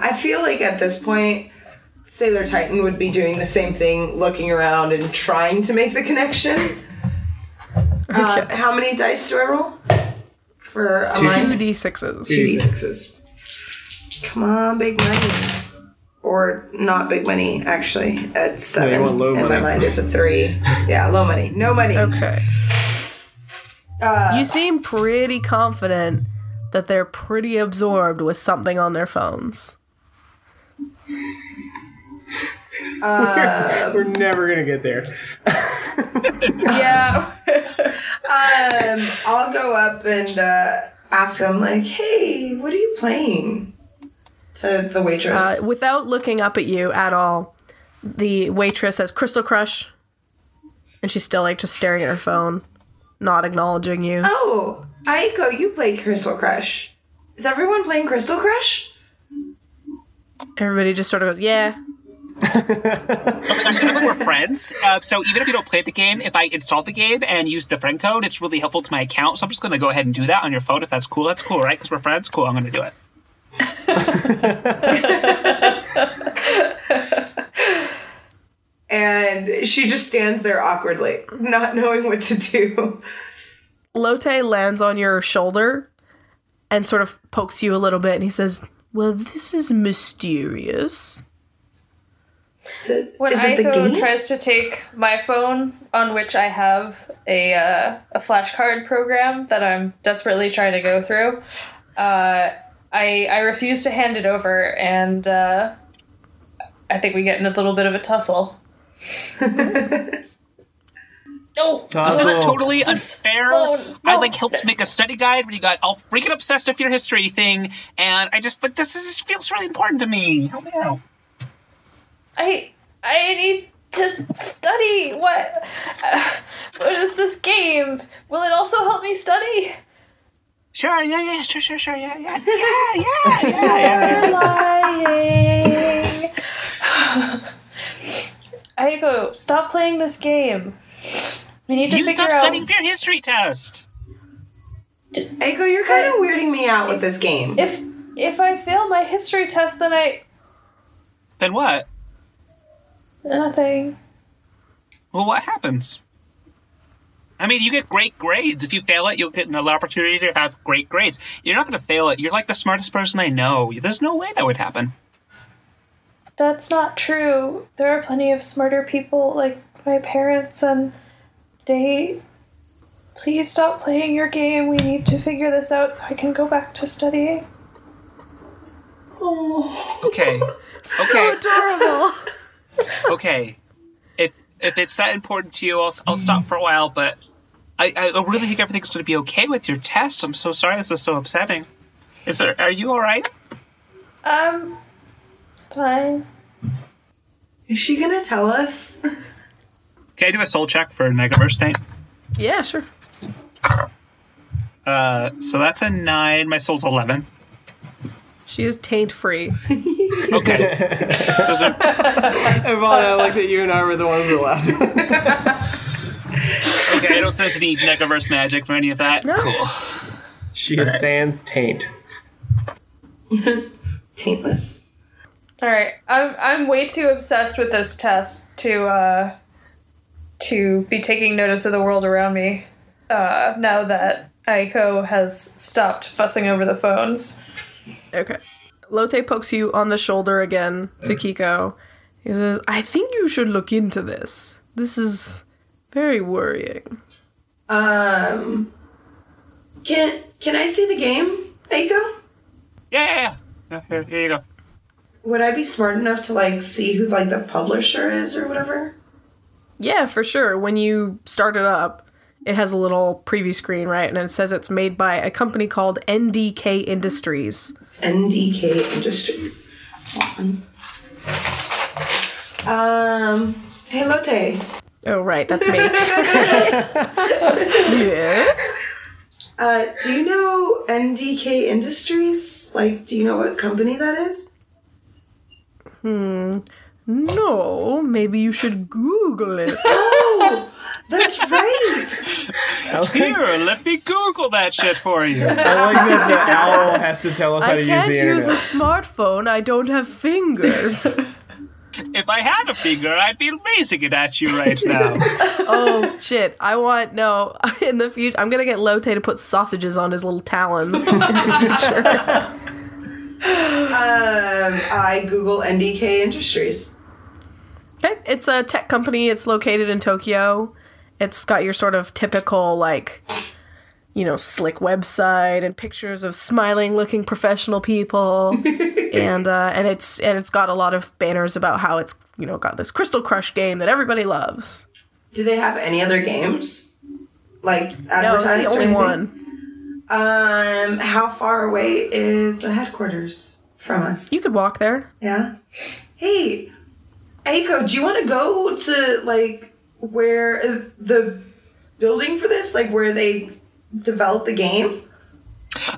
Speaker 5: I feel like at this point, Sailor Titan would be doing the same thing, looking around and trying to make the connection. Uh, how many dice do I roll? for a
Speaker 1: Two
Speaker 5: mind.
Speaker 1: d6s.
Speaker 5: Two D6s. Come on, big money. Or not big money, actually, at seven.
Speaker 3: want low
Speaker 5: and my
Speaker 3: money.
Speaker 5: mind is a three. Yeah, low money. No money.
Speaker 1: Okay. you seem pretty confident that they're pretty absorbed with something on their phones.
Speaker 3: We're never gonna get there.
Speaker 2: Yeah.
Speaker 5: Um, I'll go up and uh, ask him, like, hey, what are you playing? To the waitress.
Speaker 1: Uh, without looking up at you at all, the waitress says Crystal Crush, and she's still like just staring at her phone, not acknowledging you.
Speaker 5: oh, Aiko, you play Crystal Crush. Is everyone playing Crystal Crush?
Speaker 1: Everybody just sort of goes, "Yeah."
Speaker 4: I think we're friends, uh, so even if you don't play the game, if I install the game and use the friend code, it's really helpful to my account. So I'm just going to go ahead and do that on your phone. If that's cool, that's cool, right? Because we're friends. Cool, I'm going to do it.
Speaker 5: And she just stands there awkwardly, not knowing what to do.
Speaker 1: Lote lands on your shoulder and sort of pokes you a little bit, and he says, "Well, this is mysterious."
Speaker 2: When
Speaker 5: Is it the
Speaker 2: Aiko
Speaker 5: game?
Speaker 2: tries to take my phone, on which I have a uh, a flashcard program that I'm desperately trying to go through, uh, I I refuse to hand it over, and uh, I think we get in a little bit of a tussle. no,
Speaker 4: This is
Speaker 3: Tussle.
Speaker 4: totally unfair.
Speaker 2: phone-
Speaker 4: I
Speaker 2: no.
Speaker 4: like helped make a study guide when you got all freaking obsessed with your history thing, and I just like this is this feels really important to me. Help me out.
Speaker 2: I I need to study. What uh, what is this game? Will it also help me study?
Speaker 4: Sure, yeah, yeah, sure, sure, sure, yeah, yeah, yeah, yeah, yeah. yeah.
Speaker 2: lying. Aiko, stop playing this game. We need to
Speaker 4: You
Speaker 2: figure
Speaker 4: stop
Speaker 2: out.
Speaker 4: studying for your history test.
Speaker 5: Aiko, you're kind of weirding me out with this game.
Speaker 2: If if I fail my history test, then I
Speaker 4: Then what?
Speaker 2: nothing.
Speaker 4: Well, what happens? I mean, you get great grades. If you fail it, you'll get an opportunity to have great grades. You're not going to fail it. You're like the smartest person I know. There's no way that would happen.
Speaker 2: That's not true. There are plenty of smarter people like my parents, and they. Please stop playing your game. We need to figure this out so I can go back to studying.
Speaker 4: Okay. Okay.
Speaker 1: Adorable.
Speaker 4: okay. If if it's that important to you, I'll, I'll stop for a while. But I, I really think everything's going to be okay with your test. I'm so sorry. This is so upsetting. Is there? Are you all right?
Speaker 2: Um, fine.
Speaker 5: Is she gonna tell us?
Speaker 4: Can I do a soul check for Negaverse Tank?
Speaker 1: yeah, sure.
Speaker 4: Uh, so that's a nine. My soul's eleven.
Speaker 1: She is taint free.
Speaker 4: Okay. There's a-
Speaker 3: Ivana, I like that you and I were the ones that laughed.
Speaker 4: okay. I don't sense any Negaverse magic for any of that.
Speaker 1: No.
Speaker 4: Cool.
Speaker 3: she is sans taint.
Speaker 5: Taintless.
Speaker 2: All right, I'm I'm way too obsessed with this test to uh, to be taking notice of the world around me. Uh, now that Aiko has stopped fussing over the phones,
Speaker 1: Okay. Lotte pokes you on the shoulder again, Tsukiko. He says, I think you should look into this. This is very worrying.
Speaker 5: Um, can can I see the game, Aiko?
Speaker 4: Yeah. yeah, yeah. Yeah, Here, here you go.
Speaker 5: Would I be smart enough to like see who like the publisher is or whatever?
Speaker 1: Yeah, for sure. When you start it up, it has a little preview screen, right? And it says it's made by a company called NDK Industries.
Speaker 5: NDK Industries. Um, hey Lotte.
Speaker 1: Oh, right, that's me. yes.
Speaker 5: Uh, do you know NDK Industries? Like, do you know what company that is?
Speaker 1: No, maybe you should Google it.
Speaker 5: Oh, that's right.
Speaker 3: I like,
Speaker 4: Here, let me Google that shit for you.
Speaker 3: I like that the owl has to tell us how to
Speaker 1: I
Speaker 3: use
Speaker 1: can't
Speaker 3: the
Speaker 1: use
Speaker 3: internet.
Speaker 1: a smartphone. I don't have fingers.
Speaker 4: If I had a finger, I'd be raising it at you right now.
Speaker 1: oh shit! I want no. in the future, I'm gonna get Lote to put sausages on his little talons.
Speaker 5: Um, I Google NDK Industries.
Speaker 1: Okay, it's a tech company. It's located in Tokyo. It's got your sort of typical like, you know, slick website and pictures of smiling-looking professional people, and uh, and it's and it's got a lot of banners about how it's you know got this Crystal Crush game that everybody loves.
Speaker 5: Do they have any other games? Like
Speaker 1: No, it's
Speaker 5: advertised?
Speaker 1: the
Speaker 5: or
Speaker 1: only
Speaker 5: anything?
Speaker 1: one.
Speaker 5: Um, how far away is the headquarters from us?
Speaker 1: You could walk there.
Speaker 5: yeah. Hey, Aiko, do you want to go to like where uh, the building for this, like where they developed the game?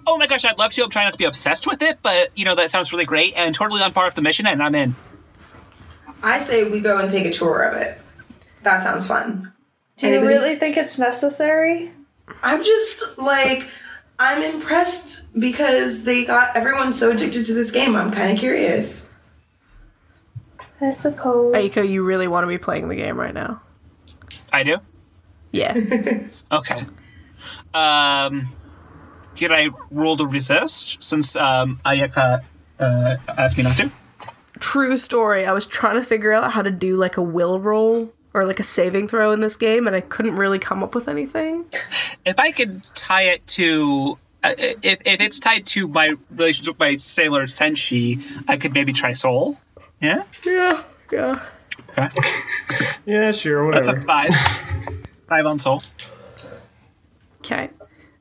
Speaker 4: Oh my gosh, I'd love to. I'm trying not to be obsessed with it, but you know that sounds really great and totally on par with the mission, and I'm in.
Speaker 5: I say we go and take a tour of it. That sounds fun.
Speaker 2: Do you really think it's necessary?
Speaker 5: I'm just like I'm impressed because they got everyone so addicted to this game. I'm kind of curious.
Speaker 2: I suppose.
Speaker 1: Aiko, you really want to be playing the game right now?
Speaker 4: I do.
Speaker 1: Yeah.
Speaker 4: Okay. Um, can I roll to resist since um, Ayaka uh, asked me not to?
Speaker 1: True story. I was trying to figure out how to do like a will roll or like a saving throw in this game, and I couldn't really come up with anything.
Speaker 4: If I could tie it to. Uh, if, if it's tied to my relationship with my sailor Senshi, I could maybe try Soul. Yeah?
Speaker 1: Yeah, yeah.
Speaker 4: Okay.
Speaker 3: Yeah, sure,
Speaker 4: That's
Speaker 3: whatever.
Speaker 4: a five. five on Soul.
Speaker 1: Okay.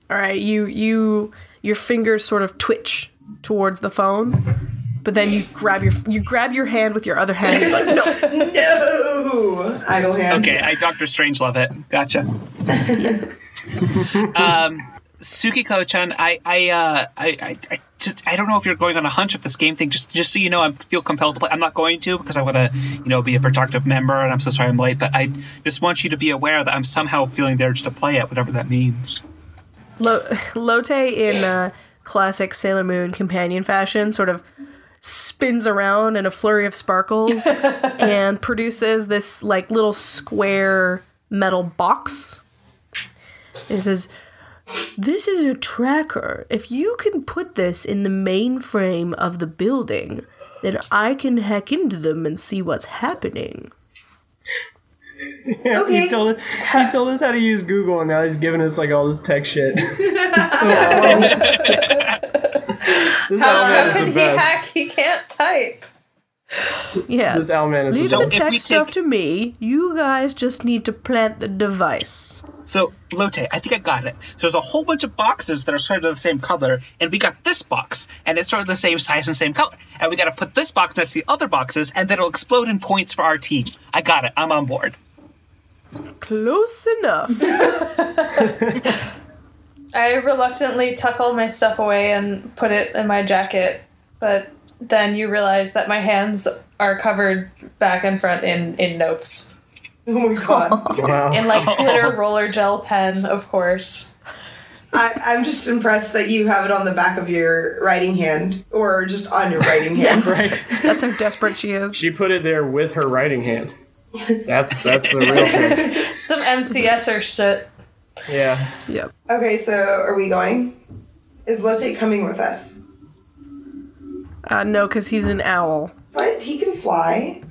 Speaker 1: All right. You you your fingers sort of twitch towards the phone, but then you grab your you grab your hand with your other hand. You're like, no.
Speaker 5: No, idle hand.
Speaker 4: Okay, I Doctor Strange love it. Gotcha. um, Sukiko-chan, I, I, uh, I, I, I, just, I don't know if you're going on a hunch of this game thing. Just, just so you know, I feel compelled to play. I'm not going to because I want to, you know, be a productive member. And I'm so sorry I'm late, but I just want you to be aware that I'm somehow feeling the urge to play it, whatever that means.
Speaker 1: Lo- Lote in uh, classic Sailor Moon companion fashion sort of spins around in a flurry of sparkles and produces this like little square metal box. And it says, "This is a tracker. If you can put this in the mainframe of the building, then I can hack into them and see what's happening."
Speaker 3: Yeah,
Speaker 5: Okay.
Speaker 3: He told, us, he told us how to use Google, and now he's giving us like all this tech shit. this
Speaker 2: How
Speaker 3: Owlman
Speaker 2: can
Speaker 3: is the
Speaker 2: he
Speaker 3: best.
Speaker 2: hack? He can't type.
Speaker 1: Yeah.
Speaker 3: This Owlman is
Speaker 1: Leave
Speaker 3: the
Speaker 1: the
Speaker 4: So if
Speaker 3: best.
Speaker 4: we
Speaker 1: tech
Speaker 4: take-
Speaker 1: stuff to me. You guys just need to plant the device.
Speaker 4: So, Lotte, I think I got it. So there's a whole bunch of boxes that are sort of the same color, and we got this box, and it's sort of the same size and same color. And we got to put this box next to the other boxes, and then it'll explode in points for our team. I got it. I'm on board.
Speaker 1: Close enough.
Speaker 2: I reluctantly tuck all my stuff away and put it in my jacket, but then you realize that my hands are covered back and front in, in notes.
Speaker 5: Oh my god.
Speaker 3: Wow.
Speaker 2: In like glitter roller gel pen, of course.
Speaker 5: I, I'm just impressed that you have it on the back of your writing hand, or just on your writing hand.
Speaker 3: Right.
Speaker 1: That's how desperate she is.
Speaker 3: She put it there with her writing hand. That's that's the real thing.
Speaker 2: Some MCS or shit.
Speaker 3: Yeah.
Speaker 1: Yep.
Speaker 5: Okay, so are we going? Is Lotte coming with us?
Speaker 1: Uh, no, because he's an owl.
Speaker 5: But he can fly.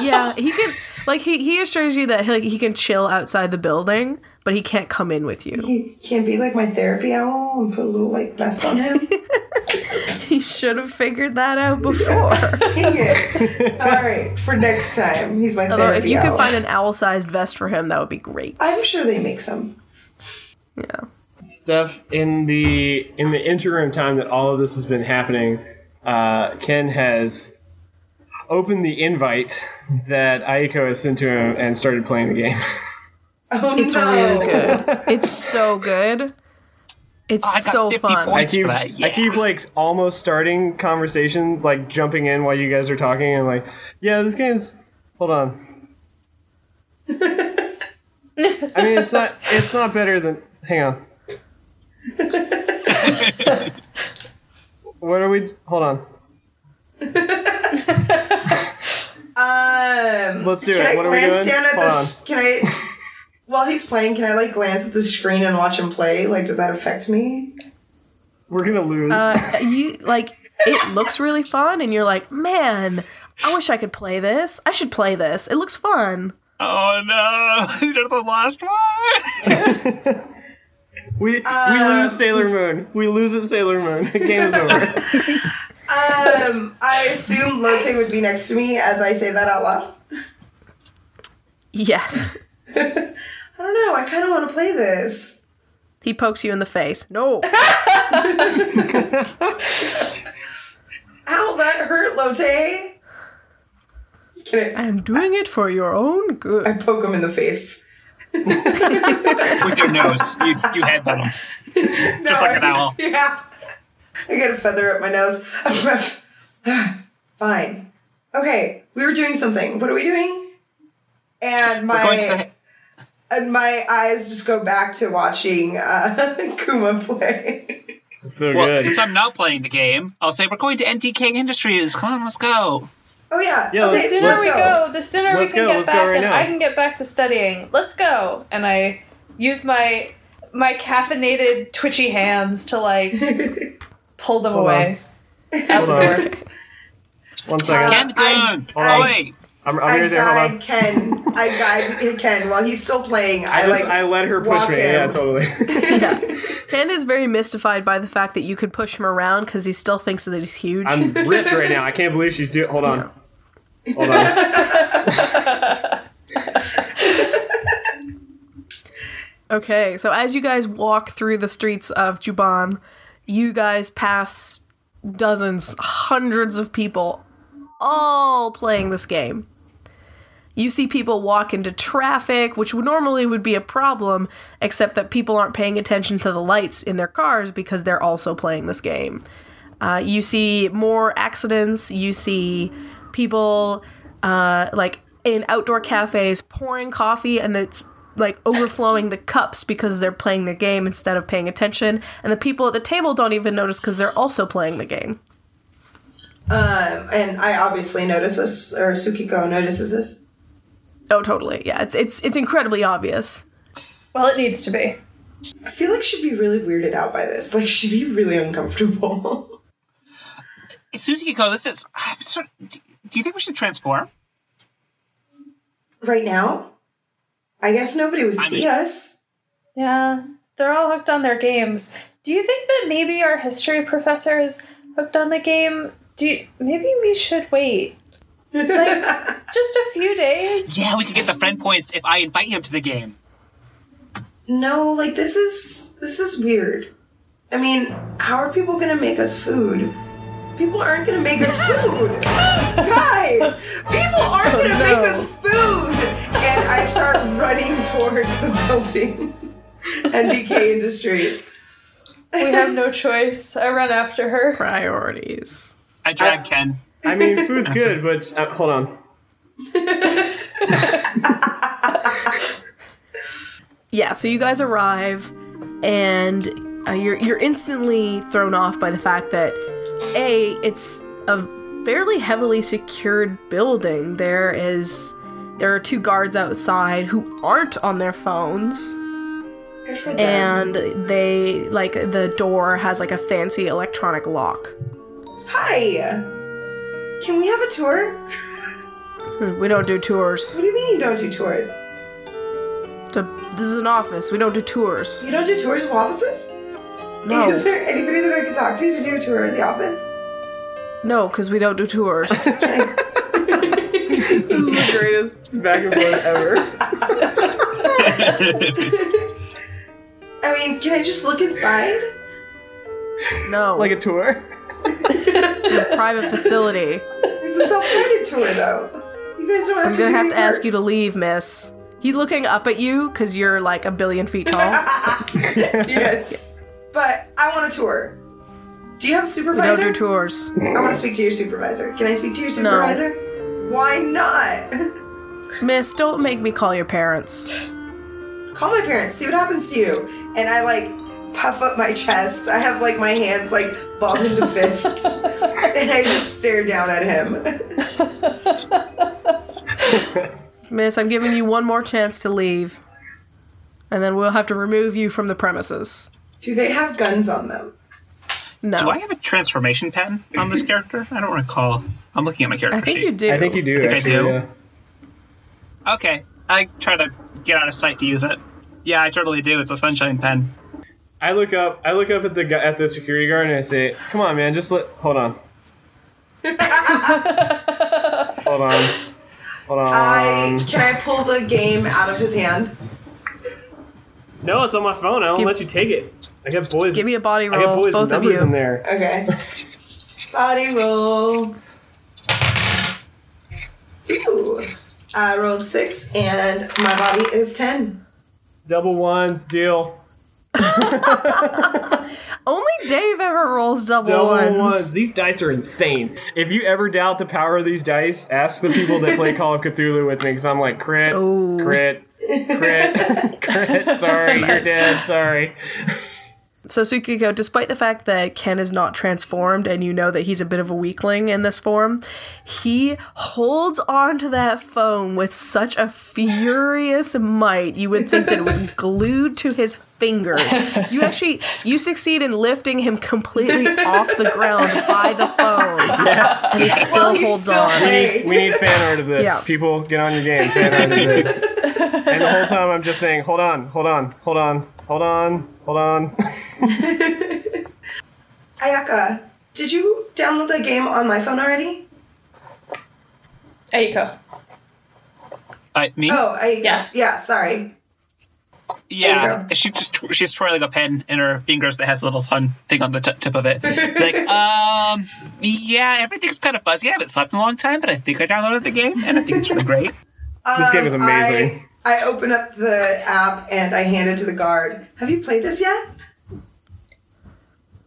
Speaker 1: Yeah, he can. Like he, he assures you that he, he can chill outside the building, but he can't come in with you.
Speaker 5: He can't be like my therapy owl and put a little like vest on him.
Speaker 1: He should have figured that out before.
Speaker 5: Dang it. All right, for next time, he's my
Speaker 1: Although,
Speaker 5: therapy
Speaker 1: if you
Speaker 5: owl.
Speaker 1: could find an owl-sized vest for him, that would be great.
Speaker 5: I'm sure they make some.
Speaker 1: Yeah.
Speaker 3: stuff in the in the interim time that all of this has been happening uh, ken has opened the invite that aiko has sent to him and started playing the game
Speaker 5: Oh
Speaker 1: It's
Speaker 5: no.
Speaker 1: really good. It's so good. It's
Speaker 4: Oh, I got
Speaker 1: so
Speaker 4: 50
Speaker 1: fun.
Speaker 4: points.
Speaker 3: i keep
Speaker 4: Right,
Speaker 3: i keep like almost starting conversations like jumping in while you guys are talking and like yeah this game's hold on i mean it's not it's not better than hang on what are we hold on
Speaker 5: Um,
Speaker 3: Let's do
Speaker 5: can
Speaker 3: it.
Speaker 5: I
Speaker 3: What are we
Speaker 5: glance
Speaker 3: doing?
Speaker 5: down at
Speaker 3: Hold
Speaker 5: this? Can I? While he's playing, can I like glance at the screen and watch him play? Like, does that affect me?
Speaker 3: We're gonna lose.
Speaker 1: Uh, you like it looks really fun, and you're like, man, I wish I could play this. I should play this. It looks fun.
Speaker 4: Oh no, you're the last one.
Speaker 3: we we
Speaker 5: uh,
Speaker 3: lose Sailor Moon. We lose at Sailor Moon. The game is over.
Speaker 5: Um, I assume Lotte would be next to me as I say that out loud.
Speaker 1: Yes.
Speaker 5: I don't know. I kind of want to play this.
Speaker 1: He pokes you in the face. No.
Speaker 5: Ow, that hurt, Lotte. Can I,
Speaker 1: I'm doing it for your own
Speaker 5: I
Speaker 1: good.
Speaker 5: poke him in the face?
Speaker 4: With your nose, you you headbutt him. Just
Speaker 5: No,
Speaker 4: like an
Speaker 5: I-
Speaker 4: owl.
Speaker 5: Yeah. I got a feather up my nose. Fine. Okay, we were doing something. What are we doing? And
Speaker 4: We're going to
Speaker 5: my
Speaker 4: the-
Speaker 5: and my eyes just go back to watching uh, Kuma play.
Speaker 3: So
Speaker 4: well,
Speaker 3: good.
Speaker 4: since I'm not playing the game, I'll say we're going to NDK Industries. Come on, let's go.
Speaker 5: Oh yeah.
Speaker 3: Yeah,
Speaker 5: okay,
Speaker 2: The
Speaker 3: let's-
Speaker 2: sooner
Speaker 5: let's
Speaker 2: we go, the sooner we
Speaker 3: Let's
Speaker 2: can
Speaker 3: go,
Speaker 2: get
Speaker 3: let's go
Speaker 2: back,
Speaker 3: right
Speaker 2: and
Speaker 3: now.
Speaker 2: I can get back to studying. Let's go. And I use my my caffeinated twitchy hands to like pull them
Speaker 3: Hold
Speaker 2: away.
Speaker 3: Hold on. One second.
Speaker 4: Ken
Speaker 5: I-
Speaker 4: Kun.
Speaker 5: I-
Speaker 4: Oh wait,
Speaker 3: I'm,
Speaker 5: I
Speaker 3: I'm right there. Hold
Speaker 5: guide
Speaker 3: on.
Speaker 5: Ken. I guide Ken while he's still playing. I,
Speaker 3: I,
Speaker 5: like.
Speaker 3: just, I let her push
Speaker 5: walk
Speaker 3: me.
Speaker 5: him.
Speaker 3: Yeah, totally.
Speaker 1: Ken is very mystified by the fact that you could push him around because he still thinks that he's huge.
Speaker 3: I'm ripped right now. I can't believe she's doing. Hold on. Hold on.
Speaker 1: Okay, so as you guys walk through the streets of Juban, you guys pass dozens, hundreds of people all playing this game. You see people walk into traffic, which would normally would be a problem, except that people aren't paying attention to the lights in their cars because they're also playing this game. Uh, you see more accidents. You see people uh, like in outdoor cafes pouring coffee and it's like overflowing the cups because they're playing the game instead of paying attention. And the people at the table don't even notice because they're also playing the game.
Speaker 5: Um, and I obviously notice this, or Sukiko notices this.
Speaker 1: Oh, totally. Yeah, it's it's it's incredibly obvious.
Speaker 2: Well, it needs to be.
Speaker 5: I feel like she'd be really weirded out by this. Like she'd be really uncomfortable.
Speaker 4: Suzukiko, this is. I'm sort of- do you think we should transform?
Speaker 5: right now, I guess nobody would
Speaker 4: I
Speaker 5: see
Speaker 4: mean-
Speaker 5: us.
Speaker 2: Yeah, they're all hooked on their games. Do you think that maybe our history professor is hooked on the game? Do you, maybe we should wait like just a few days?
Speaker 4: Yeah, we could get the friend points if I invite him to the game.
Speaker 5: No, like this is this is weird. I mean, how are people gonna make us food? People aren't gonna make us food, guys. People aren't gonna
Speaker 1: Oh, no.
Speaker 5: make us food. And I start running towards the building, NDK Industries.
Speaker 2: We have no choice. I run after her.
Speaker 1: Priorities.
Speaker 4: I drag Ken.
Speaker 3: I mean, food's good, but uh, hold on.
Speaker 1: yeah, so you guys arrive, and uh, you're you're instantly thrown off by the fact that a it's a fairly heavily secured building. There is there are two guards outside who aren't on their phones,
Speaker 5: Good for them.
Speaker 1: and they like the door has like a fancy electronic lock.
Speaker 5: Hi. Can we have a tour?
Speaker 1: We don't do tours.
Speaker 5: What do you mean you don't do tours?
Speaker 1: It's a- This is an office. We don't do tours.
Speaker 5: You don't do tours of offices? Is
Speaker 1: No,
Speaker 5: there anybody that I could talk to to do a tour of the office?
Speaker 1: no, because we don't do tours.
Speaker 3: This is the greatest back and forth ever.
Speaker 5: I mean, can I just look inside?
Speaker 1: No,
Speaker 3: Like a tour.
Speaker 1: private facility.
Speaker 5: It's a self-guided tour, though. You guys don't have
Speaker 1: I'm
Speaker 5: to
Speaker 1: gonna
Speaker 5: do
Speaker 1: have
Speaker 5: any
Speaker 1: to ask you
Speaker 5: work.
Speaker 1: to leave, miss. He's looking up at you because you're like a billion feet tall.
Speaker 5: Yes. But I want a tour. Do you have a
Speaker 1: We don't
Speaker 5: supervisor?
Speaker 1: do tours.
Speaker 5: I want to speak to your supervisor. Can I speak to your supervisor? Why not?
Speaker 1: Miss, don't make me call your parents.
Speaker 5: Call my parents. See what happens to you. And I like puff up my chest. I have like my hands like balled into fists, and I just stare down at him.
Speaker 1: Miss, I'm giving you one more chance to leave. and then we'll have to remove you from the premises.
Speaker 5: Do they have guns on them?
Speaker 1: No,
Speaker 4: Do I have a transformation pattern on this character? I don't recall. I'm looking at my character
Speaker 1: I think
Speaker 4: sheet.
Speaker 1: you do.
Speaker 3: I think you do.
Speaker 4: think I
Speaker 3: actually,
Speaker 4: do.
Speaker 3: yeah.
Speaker 4: Okay, I try to get out of sight to use it. Yeah, I totally do. It's a sunshine pen.
Speaker 3: I look up. I look up at the gu- at the security guard and I say, "Come on, man, just let. Hold on. hold on. Hold on. Um,
Speaker 5: I can I pull the game out of his hand?
Speaker 3: no, it's on my phone. I won't
Speaker 1: Give-
Speaker 3: let you take it. I got boys.
Speaker 1: Give me a body
Speaker 3: I got
Speaker 1: roll,
Speaker 3: boys
Speaker 1: both of
Speaker 3: numbers in
Speaker 1: you.
Speaker 3: there.
Speaker 5: Okay. Body roll. Ooh. I rolled six and my body is ten.
Speaker 3: Double ones, deal.
Speaker 1: Only Dave ever rolls double,
Speaker 3: Double
Speaker 1: ones.
Speaker 3: ones. These dice are insane. If you ever doubt the power of these dice, ask the people that play Call of Cthulhu with me because I'm like crit,
Speaker 1: Ooh.
Speaker 3: crit, crit, crit. Sorry, you're dead. Sorry.
Speaker 1: So Tsukiko, despite the fact that Ken is not transformed and you know that he's a bit of a weakling in this form, he holds onto that phone with such a furious might. You would think that it was glued to his fingers. You actually you succeed in lifting him completely off the ground by the phone.
Speaker 3: Yes.
Speaker 1: And he still
Speaker 3: Oh,
Speaker 5: Well, he's
Speaker 1: holds
Speaker 5: still
Speaker 1: on.
Speaker 5: playing.
Speaker 3: We need fan art of this.
Speaker 1: Yeah.
Speaker 3: People, get on your game. Fan art of this. And the whole time I'm just saying, hold on, hold on, hold on, hold on, hold on.
Speaker 5: Ayaka, did you download the game on my phone already?
Speaker 2: Aiko.
Speaker 4: Uh, me?
Speaker 5: Oh, I
Speaker 2: Yeah.
Speaker 5: Yeah, sorry. there
Speaker 4: yeah.
Speaker 5: you go.
Speaker 4: She just tw- she's twirling a pen in her fingers that has a little sun thing on the t- tip of it. like, um, yeah, everything's kind of fuzzy. I haven't slept in a long time, but I think I downloaded the game, and I think it's really great.
Speaker 3: This game is
Speaker 5: Um,
Speaker 3: amazing.
Speaker 5: I, I open up the app and I hand it to the guard. Have you played this yet?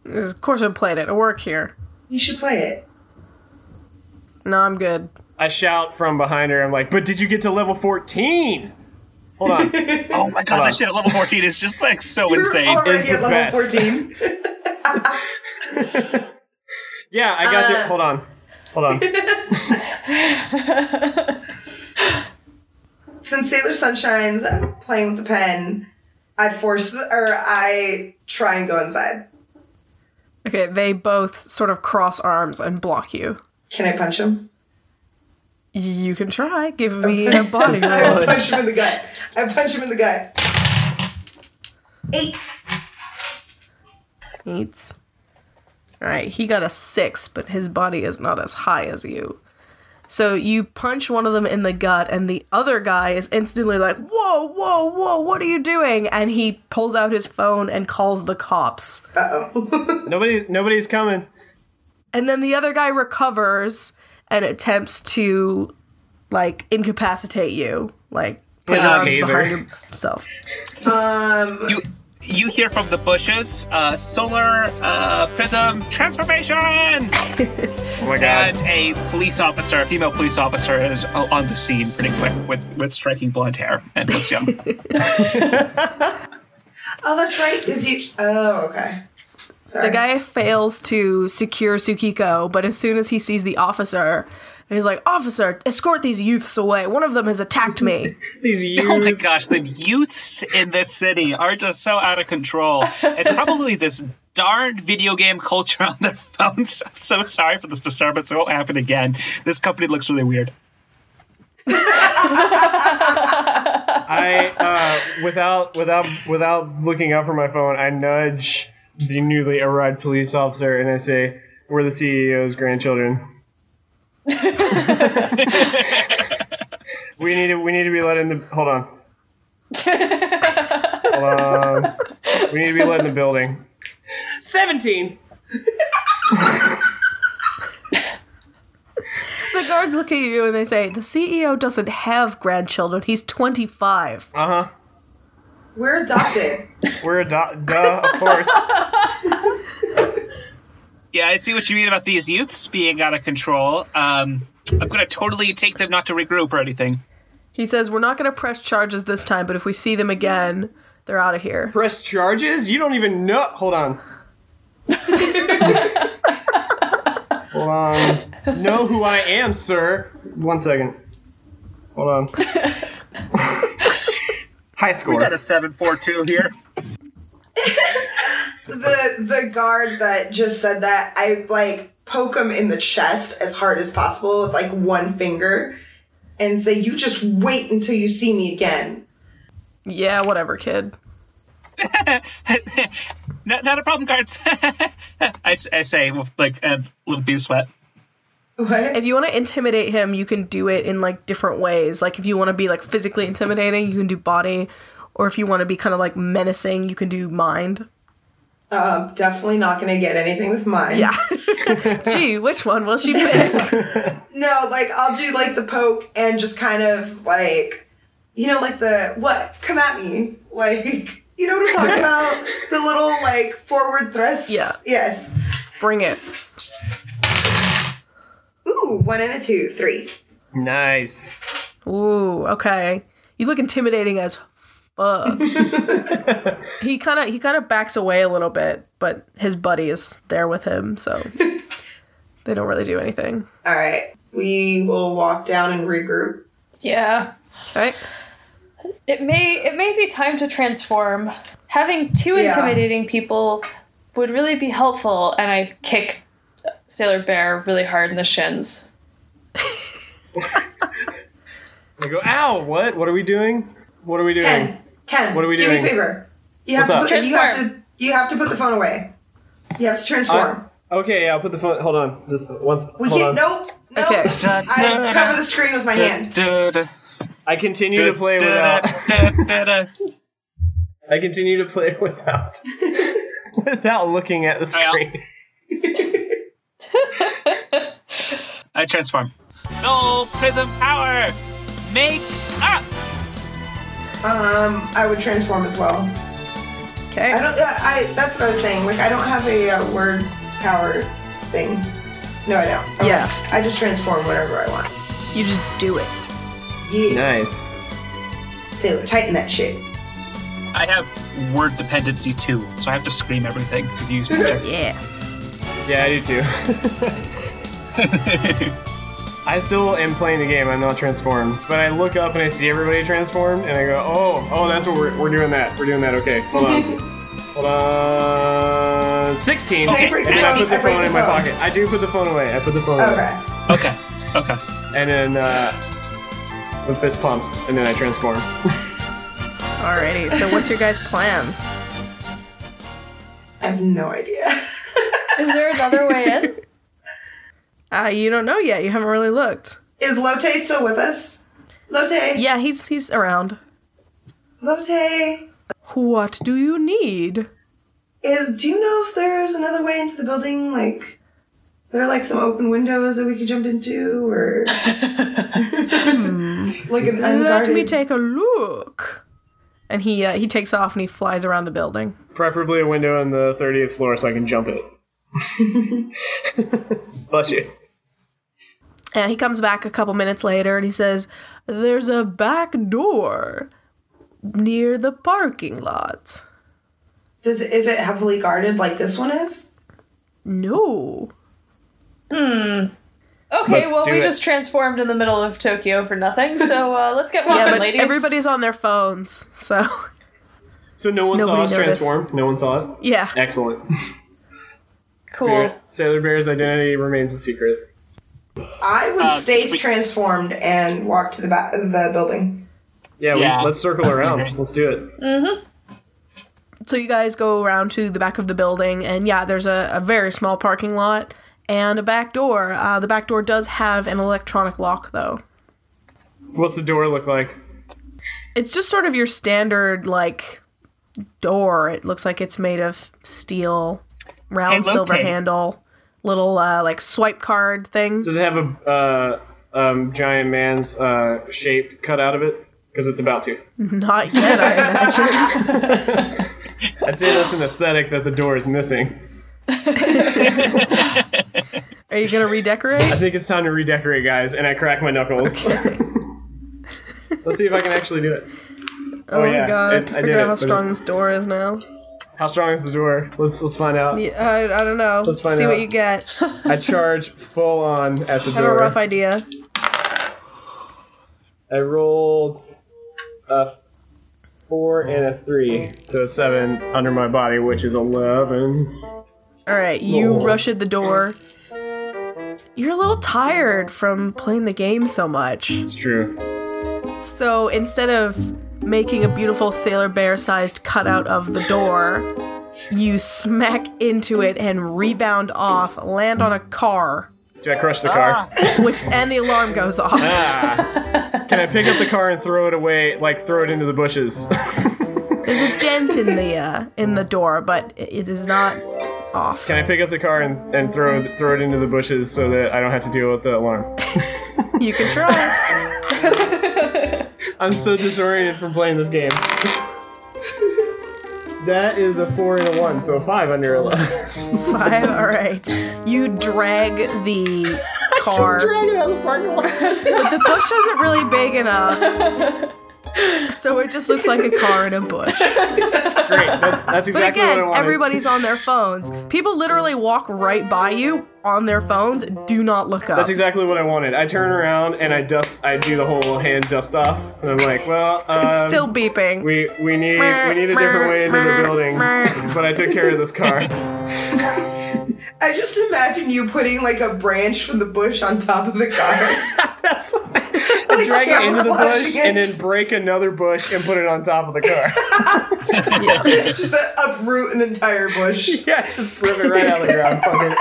Speaker 1: Of course I played it. I work here.
Speaker 5: You should play it.
Speaker 1: No, I'm good.
Speaker 3: I shout from behind her. I'm like, but did you get to level 14? Hold on.
Speaker 4: Oh my god,
Speaker 3: Hold on.
Speaker 4: that shit at level 14 is just like so insane.
Speaker 5: You're already
Speaker 3: It's the
Speaker 5: at level
Speaker 3: best.
Speaker 5: 14.
Speaker 3: Yeah, I got
Speaker 5: Uh.
Speaker 3: it. Hold on. Hold on.
Speaker 5: Since Sailor Sunshine's playing with the pen, I force the, or I try and go inside.
Speaker 1: Okay, they both sort of cross arms and block you.
Speaker 5: Can I punch him?
Speaker 1: You can try. Give me a body roll.
Speaker 5: I punch him in the gut. I punch him in the gut. Eight.
Speaker 1: Eight. All right, he got a six, but his body is not as high as you. So you punch one of them in the gut, and the other guy is instantly like, "Whoa, whoa, whoa! What are you doing?" And he pulls out his phone and calls the cops.
Speaker 5: Uh oh.
Speaker 3: Nobody, nobody's coming.
Speaker 1: And then the other guy recovers and attempts to, like, incapacitate you, like put his
Speaker 3: With a
Speaker 1: arms
Speaker 3: taser.
Speaker 1: behind yourself.
Speaker 5: um.
Speaker 4: You you hear from the bushes, uh, solar uh, prism transformation,
Speaker 3: Oh my god.
Speaker 4: and a police officer, a female police officer, is o- on the scene pretty quick with with striking blonde hair and looks young.
Speaker 5: Oh, that's right. Is you? Oh, okay. Sorry.
Speaker 1: The guy fails to secure Tsukiko, but as soon as he sees the officer, he's like, Officer, escort these youths away. One of them has attacked me.
Speaker 3: These youths.
Speaker 4: oh my gosh, the youths in this city are just so out of control. It's probably this darned video game culture on their phones. I'm so sorry for this disturbance. It won't happen again. This company looks really weird.
Speaker 3: I uh, without without without looking up from my phone, I nudge the newly arrived police officer and I say, "We're the CEO's grandchildren. we need to we need to be let in the hold on. Hold on. We need to be let in the building. Seventeen.
Speaker 1: The guards look at you and they say, The CEO doesn't have grandchildren. He's 25.
Speaker 3: Uh huh.
Speaker 5: We're adopted.
Speaker 3: We're a do- duh, of course.
Speaker 4: Yeah, I see what you mean about these youths being out of control. Um, I'm going to totally take them not to regroup or anything.
Speaker 1: He says, We're not going to press charges this time, but if we see them again, they're out of here.
Speaker 3: Press charges? You don't even know. Hold on. Hold on. Know who I am, sir. One second. Hold on. High
Speaker 4: We
Speaker 3: score.
Speaker 4: got a seven four two here.
Speaker 5: the the guard that just said that I like poke him in the chest as hard as possible with like one finger and say you just wait until you see me again.
Speaker 1: Yeah, whatever, kid.
Speaker 4: not, not a problem, guards. I, s- I say with like a little bit of sweat.
Speaker 5: What?
Speaker 1: If you want to intimidate him, you can do it in like different ways. Like if you want to be like physically intimidating, you can do body, or if you want to be kind of like menacing, you can do mind.
Speaker 5: Uh, definitely not gonna get anything with mine.
Speaker 1: Yeah. Gee, which one will she pick?
Speaker 5: No, like I'll do like the poke and just kind of like you know like the what? Come at me. Like you know what I'm talking about? The little like forward thrusts.
Speaker 1: Yeah.
Speaker 5: Yes.
Speaker 1: Bring it.
Speaker 5: Ooh, one and a two, three.
Speaker 3: Nice.
Speaker 1: Ooh, okay. You look intimidating as fuck. he kind of he kind of backs away a little bit, but his buddy is there with him, so they don't really do anything.
Speaker 5: All right. We will walk down and regroup.
Speaker 2: Yeah.
Speaker 1: Okay.
Speaker 2: It may it may be time to transform. Having two
Speaker 5: Yeah.
Speaker 2: intimidating people would really be helpful, and I kick Sailor Bear really hard in the shins.
Speaker 3: I go, ow, what? What are we doing? What are we doing?
Speaker 5: Ken, Ken,
Speaker 3: What are we
Speaker 5: do me
Speaker 3: doing?
Speaker 5: a favor. You have
Speaker 3: What's
Speaker 5: to
Speaker 2: up?
Speaker 5: put, you have to you have to put the phone away. You have to transform.
Speaker 3: Okay, yeah, I'll put the phone. Hold on. Just once.
Speaker 5: we
Speaker 3: hold
Speaker 5: can't.
Speaker 3: on.
Speaker 5: Nope. Nope.
Speaker 1: Okay.
Speaker 5: I cover the screen with my hand.
Speaker 3: I continue to play without. I continue to play without. without looking at the
Speaker 4: I'll-
Speaker 3: screen.
Speaker 4: I transform. Soul prism power. Make up.
Speaker 5: Um, I would transform as well. I
Speaker 1: Okay.
Speaker 5: don't. I. I- That's what I was saying. Like I don't have a uh, word power thing. No, I don't. Okay.
Speaker 1: Yeah.
Speaker 5: I just transform whenever I want.
Speaker 1: You just do it.
Speaker 5: Yeah.
Speaker 3: Nice.
Speaker 5: Sailor Titan, that shit.
Speaker 4: I have word dependency too, so I have to scream everything. to use project-
Speaker 1: Yeah.
Speaker 3: Yeah, I do too. I still am playing the game. I'm not transformed, but I look up and I see everybody transformed, and I go, "Oh, oh, that's what we're, we're doing. That we're doing that. Okay, hold on, hold on. Sixteen.
Speaker 5: Can I
Speaker 3: And
Speaker 5: break the
Speaker 3: I
Speaker 5: phone?
Speaker 3: put the
Speaker 5: I break
Speaker 3: phone
Speaker 5: the
Speaker 3: in my
Speaker 5: phone.
Speaker 3: pocket. I do put the phone away. I put the phone away,
Speaker 5: Okay.
Speaker 4: Okay. Okay.
Speaker 3: and then uh, some fist pumps, and then I transform.
Speaker 1: Alrighty. So what's your guys' plan?
Speaker 5: I have no idea.
Speaker 2: Is there another way in?
Speaker 1: Uh, you don't know yet. You haven't really looked.
Speaker 5: Is Lotte still with us? Lotte.
Speaker 1: Yeah, he's he's around.
Speaker 5: Lotte.
Speaker 1: What do you need?
Speaker 5: Is do you know if there's another way into the building? Like there are like some open windows that we could jump into or like an
Speaker 1: Let
Speaker 5: unguarded
Speaker 1: me take a look. And he uh, he takes off and he flies around the building.
Speaker 3: Preferably a window on the 30th floor so I can jump it. Bless you.
Speaker 1: And he comes back a couple minutes later and he says, There's a back door near the parking lot.
Speaker 5: Does it, is it heavily guarded like this one is?
Speaker 1: No.
Speaker 2: Okay,
Speaker 3: Let's
Speaker 2: well
Speaker 3: do
Speaker 2: we
Speaker 3: it.
Speaker 2: just transformed in the middle of Tokyo for nothing, so uh, let's get walking,
Speaker 1: Yeah, but
Speaker 2: ladies.
Speaker 1: everybody's on their phones, so
Speaker 3: So no one
Speaker 1: Nobody
Speaker 3: saw us
Speaker 1: noticed.
Speaker 3: transform. No one saw it.
Speaker 1: yeah.
Speaker 3: Excellent.
Speaker 2: cool.
Speaker 3: Sailor Bear's identity remains a secret.
Speaker 5: I would
Speaker 4: Uh,
Speaker 5: stay
Speaker 4: we-
Speaker 5: transformed and walk to the back of the building.
Speaker 3: Yeah,
Speaker 4: Yeah.
Speaker 3: We, let's circle around.
Speaker 4: Okay.
Speaker 3: Let's do it.
Speaker 1: So you guys go around to the back of the building, and yeah, there's a, a very small parking lot and a back door. Uh, the back door does have an electronic lock, though.
Speaker 3: What's the door look like?
Speaker 1: It's just sort of your standard, like, door. It looks like it's made of steel, round
Speaker 4: Hey,
Speaker 1: silver
Speaker 4: Lotte.
Speaker 1: handle, little, uh, like, swipe card thing.
Speaker 3: Does it have a uh, um, giant man's uh, shape cut out of it? Because it's about to.
Speaker 1: Not yet, I imagine.
Speaker 3: I'd say that's an aesthetic that the door is missing.
Speaker 1: Are you gonna
Speaker 3: I
Speaker 1: redecorate?
Speaker 3: think it's time to redecorate, guys, and I crack my knuckles. Let's see if I can actually do it.
Speaker 1: Oh,
Speaker 3: yeah,
Speaker 1: my god, I have
Speaker 3: it-
Speaker 1: to
Speaker 3: I did
Speaker 1: figure
Speaker 3: it,
Speaker 1: out how
Speaker 3: but
Speaker 1: strong
Speaker 3: it-
Speaker 1: this door is now.
Speaker 3: How strong is the door? Let's let's find out.
Speaker 1: Yeah, I, I don't know.
Speaker 3: Let's find
Speaker 1: See
Speaker 3: out.
Speaker 1: what you get. I
Speaker 3: I charge full on at the
Speaker 1: have a
Speaker 3: door.
Speaker 1: rough idea.
Speaker 3: I rolled a four and a three. So seven under my body, which is 11.
Speaker 1: All right, you
Speaker 5: Lord.
Speaker 1: rush at the door. You're a little tired from playing the game so much.
Speaker 3: It's true.
Speaker 1: So instead of making a beautiful sailor bear sized cutout of the door, you smack into it and rebound off, land on a car,
Speaker 3: Do I crush the car?
Speaker 1: which and the alarm goes off.
Speaker 3: Ah. Can I pick up the car and throw it away, like throw it into the bushes?
Speaker 1: There's a dent in the uh, in the door, but it- it is not off.
Speaker 3: Can I pick up the car and, and throw throw it into the bushes so that I don't have to deal with the alarm?
Speaker 1: You can try.
Speaker 3: I'm so disoriented from playing this game. that is a four and a one, so a five under eleven.
Speaker 1: Five. All right. You drag the car. but the bush isn't really big enough. So it just looks like a car in a bush.
Speaker 3: Great, that's, that's exactly
Speaker 1: But
Speaker 3: what I
Speaker 1: again,
Speaker 3: wanted.
Speaker 1: everybody's on their phones. People literally walk right by you on their phones. Do not look up.
Speaker 3: That's exactly what I wanted. I turn around and I dust. I do the whole hand dust off, and I'm like, well, um,
Speaker 1: it's still beeping.
Speaker 3: we we need we need a different way into the building. But I took care of this car.
Speaker 5: I just imagine you putting like a branch from the bush on top of the car.
Speaker 3: That's
Speaker 5: like
Speaker 3: drag it into the bush
Speaker 5: camouflaging
Speaker 3: and
Speaker 5: it.
Speaker 3: then break another bush and put it on top of the car.
Speaker 5: just uh, uproot an entire bush.
Speaker 3: yeah, just rip it right out of the ground. Fuck it.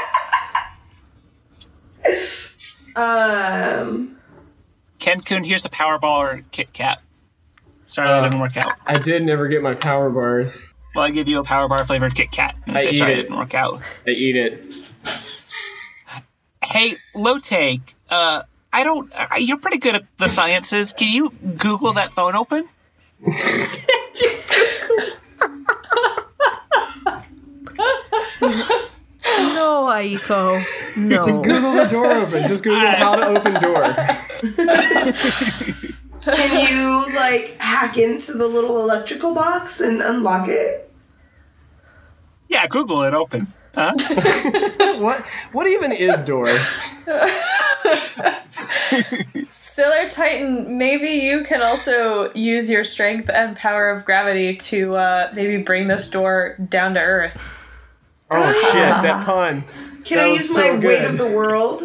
Speaker 5: Um,
Speaker 4: Ken Kun, here's a Powerball or Kit Kat. Sorry that didn't work out.
Speaker 3: I did never get my power bars.
Speaker 4: Well, I give you a power bar flavored Kit Kat. And I
Speaker 3: I
Speaker 4: say,
Speaker 3: eat
Speaker 4: sorry,
Speaker 3: it.
Speaker 4: it didn't work out.
Speaker 3: I eat it.
Speaker 4: Hey, low take. Uh, I don't. I, you're pretty good at the sciences. Can you Google that phone open?
Speaker 1: no, Aiko. No.
Speaker 3: Google the door open. Just Google how to open door.
Speaker 5: can you like hack into the little electrical box and unlock it?
Speaker 4: Yeah, Google it open. Huh?
Speaker 3: What? What even is door? Oh,
Speaker 2: Stellar Titan, maybe you can also use your strength and power of gravity to uh, maybe bring this door down to earth.
Speaker 3: Oh shit! That pun.
Speaker 5: Can
Speaker 3: That
Speaker 5: I
Speaker 3: was
Speaker 5: use
Speaker 3: so
Speaker 5: my weight
Speaker 3: good.
Speaker 5: of the world?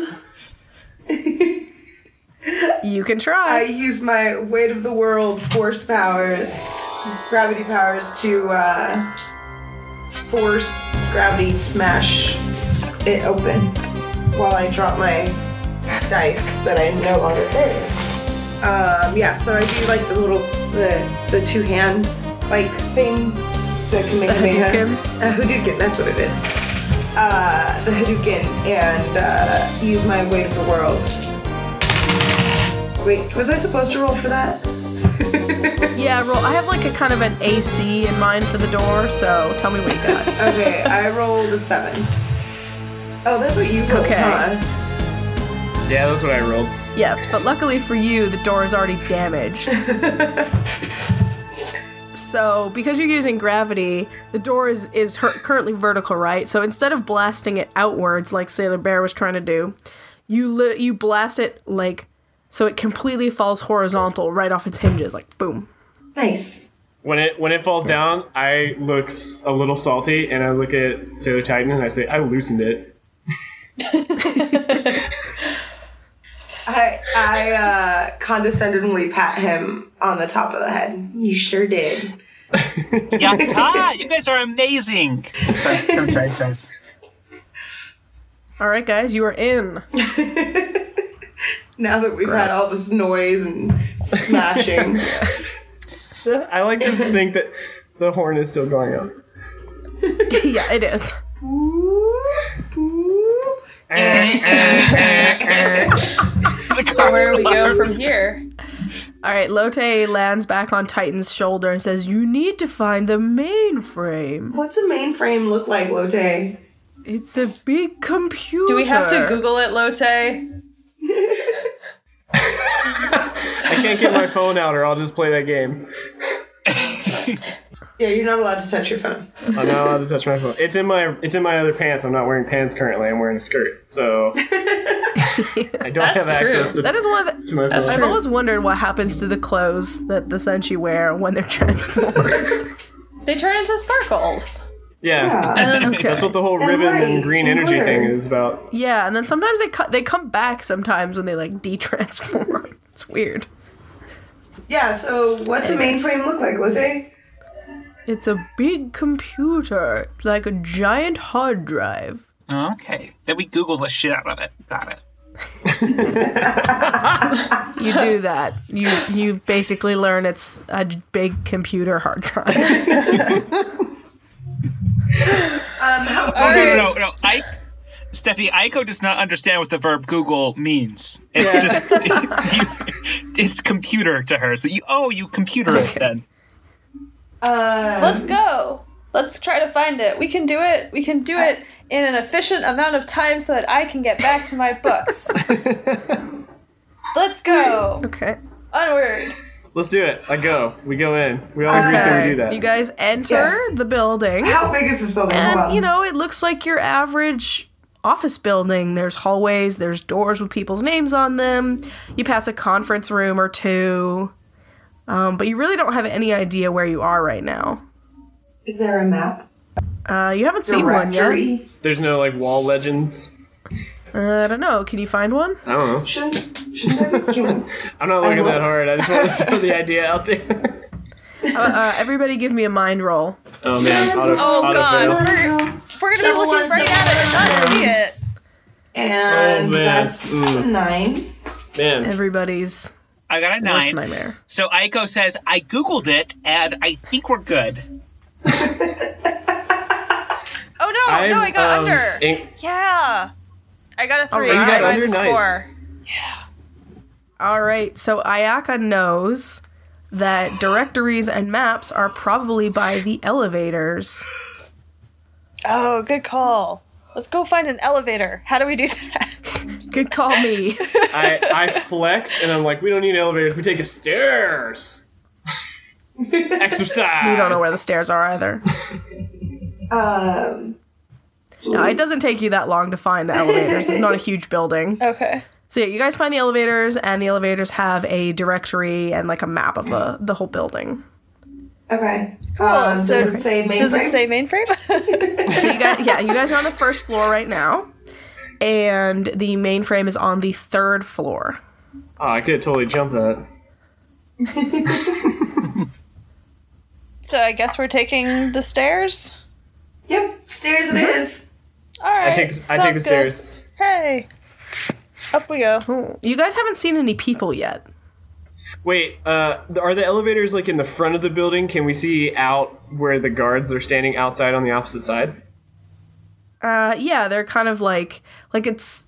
Speaker 1: You can
Speaker 5: I
Speaker 1: try.
Speaker 5: use my weight of the world force powers, gravity powers to uh, force gravity smash it open while I drop my dice that I no longer carry. Um, yeah, so I do like the little the the two hand like thing that can make a
Speaker 1: Hadouken?
Speaker 5: Uh, Hadouken, that's what it is. Uh, the Hadouken and uh, use my weight of the world. Wait, was I supposed to roll for that?
Speaker 1: yeah, roll. I have like a kind of an AC in mind for the door, so tell me what you got.
Speaker 5: Okay, I rolled a seven. Oh, that's what you rolled,
Speaker 1: Okay.
Speaker 5: huh?
Speaker 3: Yeah, that's what I rolled.
Speaker 1: yes, but luckily for you, the door is already damaged. So, because you're using gravity, the door is is her- currently vertical, right? So instead of blasting it outwards like Sailor Bear was trying to do, you li- you blast it like so it completely falls horizontal right off its hinges, like boom.
Speaker 5: Nice.
Speaker 3: When it when it falls down, I look s- a little salty, and I look at Sailor Titan, and I say, "I loosened it."
Speaker 5: I I uh, condescendingly pat him on the top of the head. You sure did.
Speaker 4: Yata! Ah, You guys are amazing. Sorry, sorry, sorry, sorry.
Speaker 1: All right, guys, you are in.
Speaker 5: Now that we've had
Speaker 1: Gross.
Speaker 5: all this noise and smashing.
Speaker 3: I like to think that the horn is still going up.
Speaker 1: yeah, it is.
Speaker 5: Boop, boop.
Speaker 2: So where do we go from here?
Speaker 1: All right, Lotte lands back on Titan's shoulder and says, "You need to find the mainframe.
Speaker 5: What's a mainframe look like, Lotte?
Speaker 1: It's a big computer."
Speaker 2: Do we have to Google it, Lotte?
Speaker 3: I can't get my phone out, or I'll just play that game.
Speaker 5: Yeah, you're not allowed to touch your phone.
Speaker 3: I'm not allowed to touch my phone. It's in my it's in my other pants. I'm not wearing pants currently. I'm wearing a skirt. So I don't
Speaker 2: That's
Speaker 3: have access
Speaker 2: true.
Speaker 3: to,
Speaker 1: That is one of the.
Speaker 3: to my
Speaker 2: That's
Speaker 3: phone.
Speaker 1: I've
Speaker 2: true.
Speaker 1: always wondered what happens to the clothes that the Senshi wear when they're transformed.
Speaker 2: They turn into sparkles.
Speaker 3: Yeah.
Speaker 5: Yeah.
Speaker 2: Oh,
Speaker 1: okay.
Speaker 3: That's what the whole ribbon
Speaker 5: right,
Speaker 3: and green
Speaker 5: and
Speaker 3: energy
Speaker 5: where?
Speaker 3: thing is about.
Speaker 1: yeah, and then sometimes they co- they come back sometimes when they like de-transform. it's weird.
Speaker 5: yeah, so what's a mainframe look like, Lotte?
Speaker 1: It's a big computer. It's like a giant hard drive.
Speaker 4: Okay. Then we Google the shit out of it. Got it.
Speaker 1: You do that. You you basically learn it's a big computer hard drive.
Speaker 5: Um, how big
Speaker 4: No,
Speaker 5: is
Speaker 4: no, no. I, Steffi, Aiko does not understand what the verb Google means. It's just you, it's computer to her. So you oh you computer it then.
Speaker 5: Uh,
Speaker 2: Let's go. Let's try to find it. We can do it. We can do it in an efficient amount of time so that I can get back to my books. Let's go.
Speaker 1: Okay.
Speaker 2: Onward.
Speaker 3: Let's do it. I go. We go in. We all agree, so we do that.
Speaker 1: You guys enter
Speaker 5: Yes.
Speaker 1: the building.
Speaker 5: how big is this building? Hold
Speaker 1: And
Speaker 5: on.
Speaker 1: you know, it looks like your average office building. There's hallways, there's doors with people's names on them. You pass a conference room or two. Um, but you really don't have any idea where you are right now.
Speaker 5: is there a map?
Speaker 1: Uh, you haven't seen one yet.
Speaker 5: Directory?
Speaker 3: There's no like wall legends.
Speaker 1: Uh, I don't know. Can you find one?
Speaker 3: I don't know.
Speaker 5: Shouldn't, shouldn't I be can we-
Speaker 3: I'm not looking
Speaker 5: love-
Speaker 3: that hard. I just want to throw the idea out there.
Speaker 1: Uh, uh, everybody, give me a mind roll.
Speaker 3: Oh man. Auto,
Speaker 2: Oh
Speaker 3: auto
Speaker 2: god,
Speaker 3: fail.
Speaker 2: we're, we're gonna be
Speaker 5: Double
Speaker 2: looking
Speaker 5: ones,
Speaker 2: right
Speaker 5: double
Speaker 2: at it and not see it.
Speaker 5: And
Speaker 3: Oh, man.
Speaker 5: that's a
Speaker 3: Mm.
Speaker 5: nine.
Speaker 3: Man.
Speaker 1: Everybody's
Speaker 4: I got a
Speaker 1: worst
Speaker 4: nine.
Speaker 1: nightmare.
Speaker 4: So Aiko says I Googled it and I think we're good.
Speaker 2: Oh no, no, I got
Speaker 3: um,
Speaker 2: under.
Speaker 3: in-
Speaker 2: yeah. I got a three.
Speaker 1: Alright. You got
Speaker 2: I went
Speaker 3: under, nice.
Speaker 2: four.
Speaker 1: All right, so Ayaka knows that directories and maps are probably by the elevators.
Speaker 2: Oh, good call. Let's go find an elevator. How do we do that?
Speaker 1: Good call me.
Speaker 3: I, I flex and I'm like, we don't need elevators. We take the stairs. Exercise.
Speaker 1: You don't know where the stairs are either.
Speaker 5: Um,
Speaker 1: No, it doesn't take you that long to find the elevators. It's not a huge building.
Speaker 2: Okay.
Speaker 1: So yeah, you guys find the elevators, and the elevators have a directory and like a map of the the whole building.
Speaker 5: okay. Um,
Speaker 2: so-
Speaker 5: does it say mainframe?
Speaker 2: Does it say mainframe?
Speaker 1: So you guys, yeah, you guys are on the first floor right now, and the mainframe is on the third floor.
Speaker 3: Oh, I could totally jump that.
Speaker 2: so I guess we're taking the stairs.
Speaker 5: Yep, stairs it is.
Speaker 2: All right.
Speaker 3: I take I take the
Speaker 2: sounds good.
Speaker 3: stairs.
Speaker 2: Hey. Up we go.
Speaker 1: Cool. You guys haven't seen any people yet.
Speaker 3: Wait, uh, th- are the elevators like in the front of the building? Can we see out where the guards are standing outside on the opposite side?
Speaker 1: Uh, yeah, they're kind of like like it's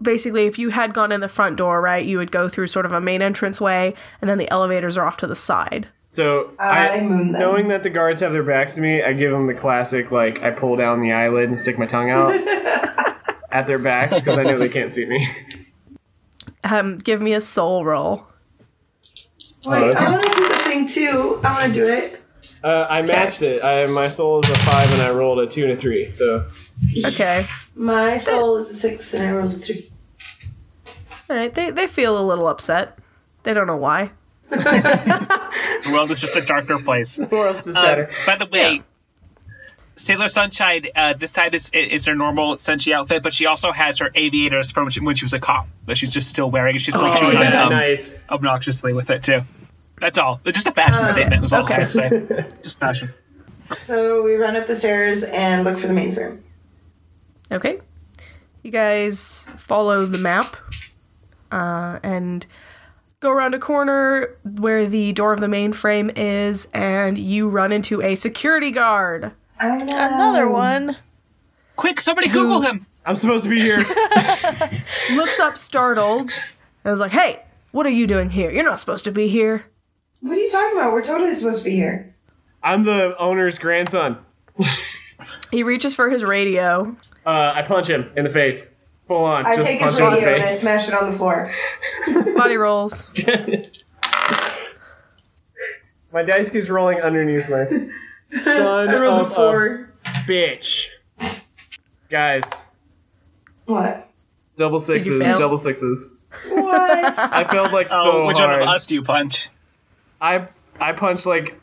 Speaker 1: basically if you had gone in the front door, right, you would go through sort of a main entrance way, and then the elevators are off to the side.
Speaker 3: So
Speaker 5: I moon them.
Speaker 3: knowing that the guards have their backs to me, I give them the classic like I pull down the eyelid and stick my tongue out at their backs because I know they can't see me.
Speaker 1: Um, give me a soul roll.
Speaker 5: Wait, I want to do the thing too. I want to do it.
Speaker 3: Uh, I matched it. I, my soul is a five and I rolled a two and a three. So
Speaker 1: Okay.
Speaker 5: My soul is a six and I rolled a three.
Speaker 1: All right, they, they feel a little upset. They don't know why.
Speaker 4: The world is just a darker place. Um,
Speaker 3: who else is sadder?
Speaker 4: By the way, Sailor Sunshine uh, this time is is her normal Senshi outfit, but she also has her aviators from when she was a cop that she's just still wearing. and um, She's still
Speaker 3: oh,
Speaker 4: chewing on
Speaker 3: yeah,
Speaker 4: them
Speaker 3: nice.
Speaker 4: obnoxiously with it too. That's all. It's Just a fashion
Speaker 3: Uh,
Speaker 4: statement was all I had to say. Just fashion.
Speaker 5: So we run up the stairs and look for the mainframe.
Speaker 1: Okay. You guys follow the map uh, and go around a corner where the door of the mainframe is, and you run into a security guard.
Speaker 5: I know.
Speaker 2: Another one.
Speaker 4: Quick, somebody Google him.
Speaker 3: I'm supposed to be here.
Speaker 1: Looks up startled and is like, hey, what are you doing here? You're not supposed to be here.
Speaker 5: What are you talking about? We're totally supposed to be here.
Speaker 3: I'm the owner's grandson.
Speaker 1: He reaches for his radio.
Speaker 3: Uh, I punch him in the face. Full on.
Speaker 5: I
Speaker 3: just
Speaker 5: take
Speaker 3: punch
Speaker 5: his
Speaker 3: him in the
Speaker 5: radio and I
Speaker 3: face.
Speaker 5: smash it on the floor.
Speaker 1: Body rolls.
Speaker 3: My dice keeps rolling underneath my son
Speaker 5: I rolled a
Speaker 3: of
Speaker 1: uh,
Speaker 5: four.
Speaker 3: a bitch. Guys,
Speaker 5: What?
Speaker 3: Double sixes,
Speaker 1: fail?
Speaker 3: double sixes.
Speaker 5: What?
Speaker 3: I failed like
Speaker 4: Oh,
Speaker 3: so
Speaker 4: which
Speaker 3: hard.
Speaker 4: one of us do you punch?
Speaker 3: I I punched like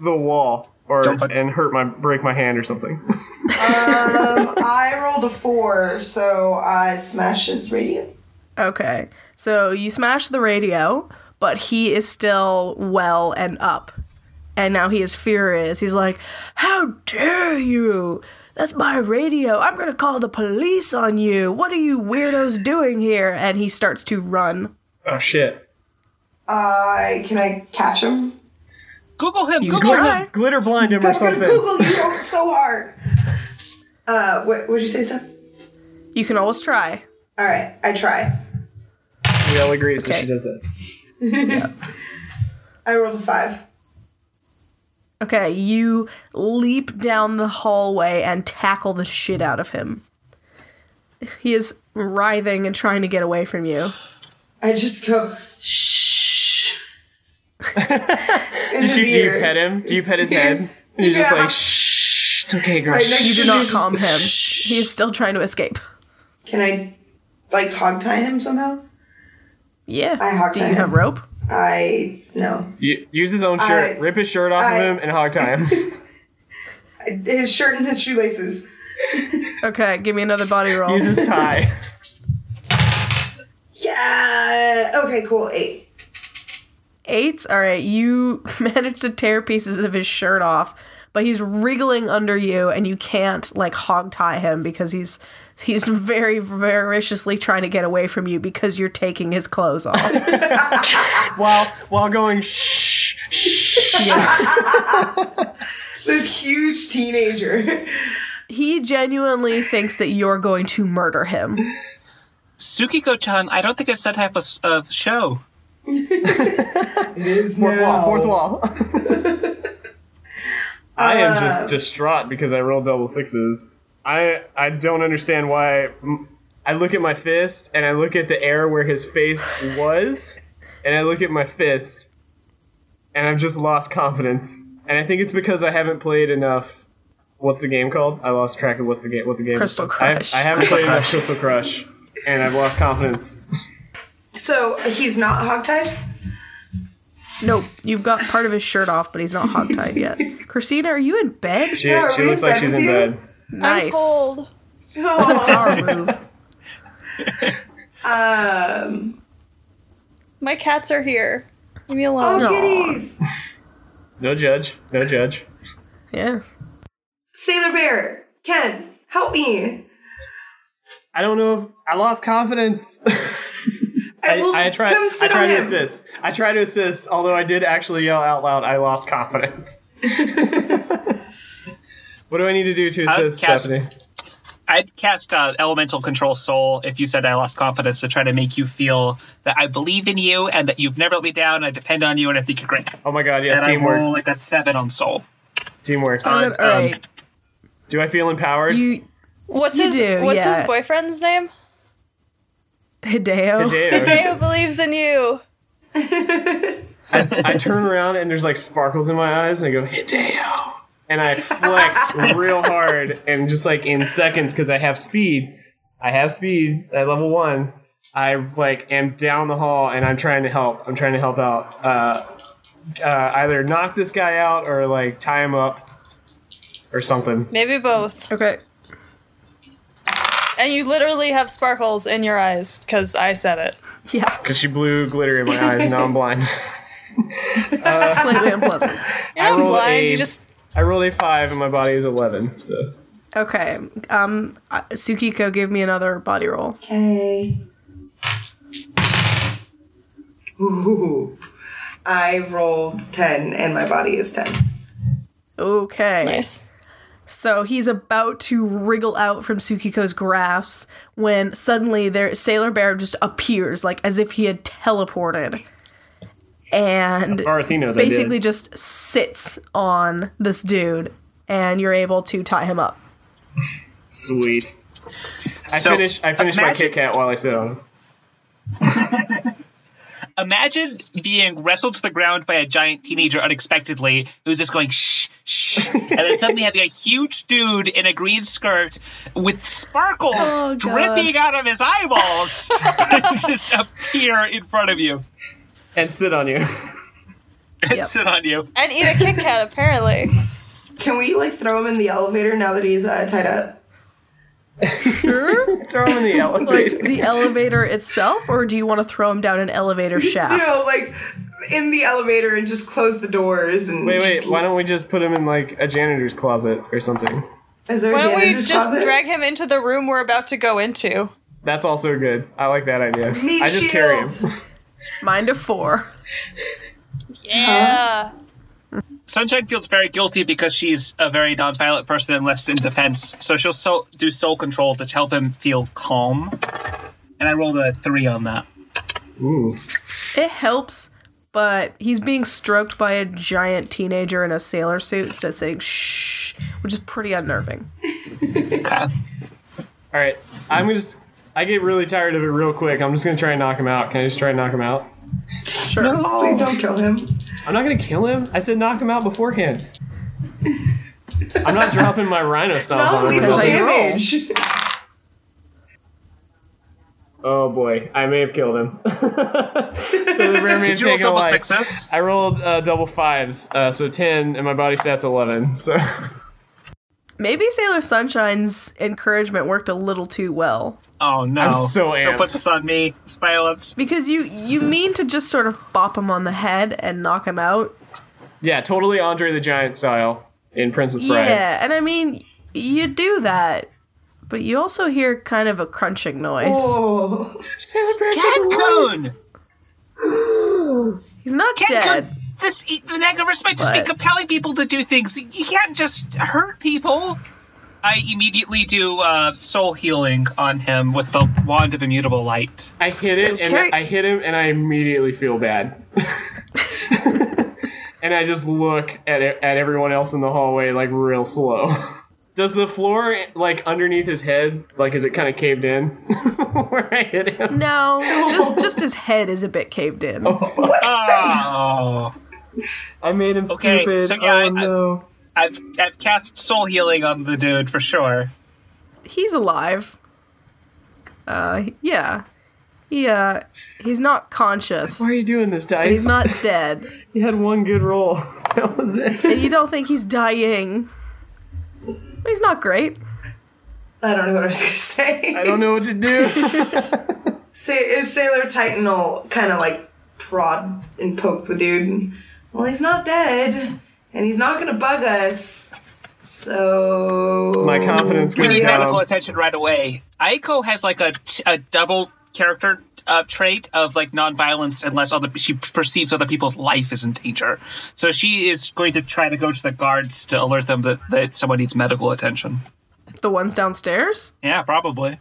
Speaker 3: the wall or
Speaker 4: Don't punch-
Speaker 3: and hurt my break my hand or something.
Speaker 5: um, I rolled a four, so I smashed his radio.
Speaker 1: Okay. So you smash the radio, but he is still well and up. And now he is furious. He's like, How dare you? That's my radio. I'm going to call the police on you. What are you weirdos doing here? And he starts to run.
Speaker 3: oh shit.
Speaker 5: I can I catch him?
Speaker 4: Google him. Google him.
Speaker 3: Glitter, glitter blind him or
Speaker 5: I'm gonna
Speaker 3: something.
Speaker 5: Google you don't so hard. Uh, what would you say, Steph?
Speaker 1: You can always try.
Speaker 5: All right, I try.
Speaker 3: We all agree, so
Speaker 1: Okay.
Speaker 3: she does it.
Speaker 5: I rolled a five.
Speaker 1: Okay, you leap down the hallway and tackle the shit out of him. He is writhing and trying to get away from you.
Speaker 5: I just go shh. In
Speaker 3: Did
Speaker 5: his
Speaker 3: you, do you
Speaker 5: ear.
Speaker 3: pet him? Do you pet his head? And you're just
Speaker 5: Yeah.
Speaker 3: like, shh, it's okay, girl.
Speaker 5: Right next
Speaker 1: You
Speaker 5: to
Speaker 1: do not
Speaker 5: just-
Speaker 1: calm him. He is still trying to escape.
Speaker 5: Can I like hog tie him somehow?
Speaker 1: Yeah.
Speaker 5: I hog
Speaker 1: Do
Speaker 5: tie
Speaker 1: you have
Speaker 5: him.
Speaker 1: rope?
Speaker 5: I no.
Speaker 3: You- use his own shirt,
Speaker 5: I-
Speaker 3: rip his shirt off
Speaker 5: I-
Speaker 3: of him, and hog tie him.
Speaker 5: His shirt and his shoelaces.
Speaker 1: Okay, give me another body roll.
Speaker 3: use his tie.
Speaker 5: Yeah. Okay. Cool. Eight.
Speaker 1: Eight. All right, you manage to tear pieces of his shirt off, but he's wriggling under you, and you can't like hog tie him because he's he's very voraciously trying to get away from you because you're taking his clothes off.
Speaker 3: while while going shh. shh.
Speaker 5: This huge teenager.
Speaker 1: he genuinely thinks that you're going to murder him.
Speaker 4: Sukiko-chan. I don't think it's that type of, s- of show.
Speaker 5: It is
Speaker 3: Fourth wall,
Speaker 5: now.
Speaker 3: fourth wall. Oh. I am
Speaker 1: Uh.
Speaker 3: just distraught because I rolled double sixes. I I don't understand why. I look at my fist and I look at the air where his face was, and I look at my fist, and I've just lost confidence. And I think it's because I haven't played enough. What's the game called? I lost track of what's the game. What the game? is
Speaker 1: Crystal
Speaker 3: called. I-
Speaker 1: Crush.
Speaker 3: I, haven't played enough Crystal Crush, and I've lost confidence.
Speaker 5: So he's not hogtied.
Speaker 1: Nope, you've got part of his shirt off, but he's not hog tied yet. Christina, are you in bed?
Speaker 3: She,
Speaker 5: Yeah, are
Speaker 3: she
Speaker 5: we
Speaker 3: looks
Speaker 5: in
Speaker 3: like
Speaker 5: bed
Speaker 3: she's
Speaker 5: with
Speaker 3: in
Speaker 5: you?
Speaker 3: bed.
Speaker 1: Nice.
Speaker 2: I'm cold.
Speaker 5: Oh,
Speaker 1: Power move.
Speaker 5: um,
Speaker 2: My cats are here. Leave me
Speaker 5: oh,
Speaker 2: alone.
Speaker 1: No.
Speaker 5: kitties.
Speaker 3: No judge. No judge.
Speaker 1: Yeah.
Speaker 5: Sailor Bear, Ken, help me.
Speaker 3: I don't know if I lost confidence.
Speaker 5: I, will
Speaker 3: I, I tried.
Speaker 5: come
Speaker 3: I
Speaker 5: sit
Speaker 3: tried
Speaker 5: on
Speaker 3: to
Speaker 5: him.
Speaker 3: assist. I tried to assist, although I did actually yell out loud. I lost confidence. what do I need to do to
Speaker 4: Uh,
Speaker 3: assist,
Speaker 4: cast-
Speaker 3: Stephanie?
Speaker 4: I'd cast uh, Elemental Control Soul if you said I lost confidence to try to make you feel that I believe in you and that you've never let me down. I depend on you and I think you're great.
Speaker 3: Oh my god!
Speaker 4: And
Speaker 3: Yes,
Speaker 4: I roll
Speaker 3: teamwork.
Speaker 4: like a seven on Soul.
Speaker 3: Teamwork.
Speaker 1: All
Speaker 4: Um,
Speaker 1: right.
Speaker 3: do I feel empowered?
Speaker 1: You
Speaker 2: What's
Speaker 1: You
Speaker 2: his
Speaker 1: do,
Speaker 2: What's
Speaker 1: yeah.
Speaker 2: his boyfriend's name?
Speaker 1: Hideo.
Speaker 3: Hideo.
Speaker 2: Deo believes in you.
Speaker 3: I turn around and there's like sparkles in my eyes, and I go Hideo, and I flex real hard, and just like in seconds because I have speed. I have speed at level one. I like am down the hall, and I'm trying to help. I'm trying to help out. Uh, uh, either knock this guy out or like tie him up or something.
Speaker 2: Maybe both.
Speaker 1: Okay.
Speaker 2: And you literally have sparkles in your eyes because I said it.
Speaker 1: Yeah.
Speaker 3: Cause she blew glitter in my eyes, and now I'm blind.
Speaker 1: Slightly unpleasant.
Speaker 2: You're
Speaker 3: I
Speaker 2: not
Speaker 3: rolled
Speaker 2: blind.
Speaker 3: a-
Speaker 2: You just
Speaker 3: I rolled a five, and my body is eleven. So
Speaker 1: Okay. Um, uh, Tsukiko, give me another body roll.
Speaker 5: Okay. Ooh, I rolled ten, and my body is ten.
Speaker 1: Okay.
Speaker 2: nice.
Speaker 1: So he's about to wriggle out from Tsukiko's grasp when suddenly their Sailor Bear just appears, like as if he had teleported. And
Speaker 3: far as he knows,
Speaker 1: basically
Speaker 3: I did.
Speaker 1: just sits on this dude, and you're able to tie him up.
Speaker 3: sweet. I
Speaker 4: So,
Speaker 3: finish. I finish my
Speaker 4: imagine-
Speaker 3: Kit Kat while I sit on him.
Speaker 4: Imagine being wrestled to the ground by a giant teenager unexpectedly, who's just going shh shh, and then suddenly having a huge dude in a green skirt with sparkles
Speaker 1: Oh, God.
Speaker 4: dripping out of his eyeballs just appear in front of you
Speaker 3: and sit on you.
Speaker 4: and
Speaker 1: Yep.
Speaker 4: sit on you.
Speaker 2: And eat a Kit Kat, apparently.
Speaker 5: Can we like throw him in the elevator now that he's uh, tied up?
Speaker 1: Sure.
Speaker 3: Throw him in the
Speaker 1: like
Speaker 3: elevator.
Speaker 1: the elevator itself, or do you want to throw him down an elevator shaft?
Speaker 5: No, like in the elevator and just close the doors and
Speaker 3: wait, wait.
Speaker 5: just-
Speaker 3: Why don't we just put him in like a janitor's closet or something?
Speaker 5: Is there a
Speaker 2: Why don't we
Speaker 5: janitor's
Speaker 2: just
Speaker 5: closet?
Speaker 2: drag him into the room we're about to go into?
Speaker 3: That's also good. I like that idea.
Speaker 5: Meat
Speaker 3: I just
Speaker 5: shield.
Speaker 3: carry him.
Speaker 1: Mind of four.
Speaker 2: Yeah.
Speaker 4: Sunshine feels very guilty because she's a very nonviolent person and less in defense, so she'll so- do soul control to help him feel calm. And I rolled a three on that.
Speaker 3: Ooh.
Speaker 1: It helps, but he's being stroked by a giant teenager in a sailor suit that's saying shh, which is pretty unnerving.
Speaker 4: Okay.
Speaker 3: All right. I'm gonna just. I get really tired of it real quick. I'm just gonna try and knock him out. Can I just try and knock him out?
Speaker 1: Sure.
Speaker 5: Please don't kill him.
Speaker 3: I'm not gonna kill him. I said knock him out beforehand. I'm not dropping my rhino stomp
Speaker 5: Non
Speaker 3: on him.
Speaker 5: lethal
Speaker 1: how you roll.
Speaker 5: damage.
Speaker 3: Oh boy, I may have killed him. so the rare may have
Speaker 4: Did you
Speaker 3: taken
Speaker 4: roll
Speaker 3: a
Speaker 4: double
Speaker 3: life.
Speaker 4: success?
Speaker 3: I rolled uh, double fives, uh, so ten, and my body stat's eleven. So
Speaker 1: Maybe Sailor Sunshine's encouragement worked a little too well.
Speaker 4: Oh no!
Speaker 3: I'm so
Speaker 4: Don't put
Speaker 3: amped.
Speaker 4: this on me. It's violence.
Speaker 1: Because you you mean to just sort of bop him on the head and knock him out.
Speaker 3: yeah, totally Andre the Giant style in Princess Bride.
Speaker 1: Yeah, and I mean you do that, but you also hear kind of a crunching noise.
Speaker 5: Oh.
Speaker 3: Sailor Bear's like a lion.
Speaker 4: Cancun.
Speaker 1: He's not dead.
Speaker 4: Cancun. This e, the Nagaverse might just be
Speaker 1: But-
Speaker 4: compelling people to do things. You can't just hurt people. I immediately do uh, soul healing on him with the wand of immutable light.
Speaker 3: I hit it,
Speaker 1: Okay.
Speaker 3: and I hit him, and I immediately feel bad. and I just look at e, at everyone else in the hallway like real slow. Does the floor like underneath his head like is it kind of caved in where I hit him?
Speaker 1: No, just just his head is a bit caved in.
Speaker 4: Oh.
Speaker 3: I made him
Speaker 4: Okay,
Speaker 3: stupid.
Speaker 4: so yeah,
Speaker 3: oh
Speaker 4: I- I-
Speaker 3: no.
Speaker 4: I've I've cast soul healing on the dude for sure.
Speaker 1: He's alive. Uh, yeah, yeah. He's not conscious.
Speaker 3: Why are you doing this, Dice?
Speaker 1: He's not dead.
Speaker 3: He had one good roll. That was it.
Speaker 1: And you don't think he's dying. But He's not great.
Speaker 5: I don't know what I was gonna say.
Speaker 3: I don't know what to do.
Speaker 5: Sa- is Sailor Titan will kind of like prod and poke the dude. Well, he's not dead, and he's not gonna bug us. So
Speaker 3: My confidence
Speaker 4: We
Speaker 3: goes
Speaker 4: need medical
Speaker 3: down.
Speaker 4: attention right away. Aiko has like a, t- a double character uh, trait of like nonviolence unless other she perceives other people's life is in danger. So she is going to try to go to the guards to alert them that, that someone needs medical attention.
Speaker 1: The ones downstairs.
Speaker 4: Yeah, probably.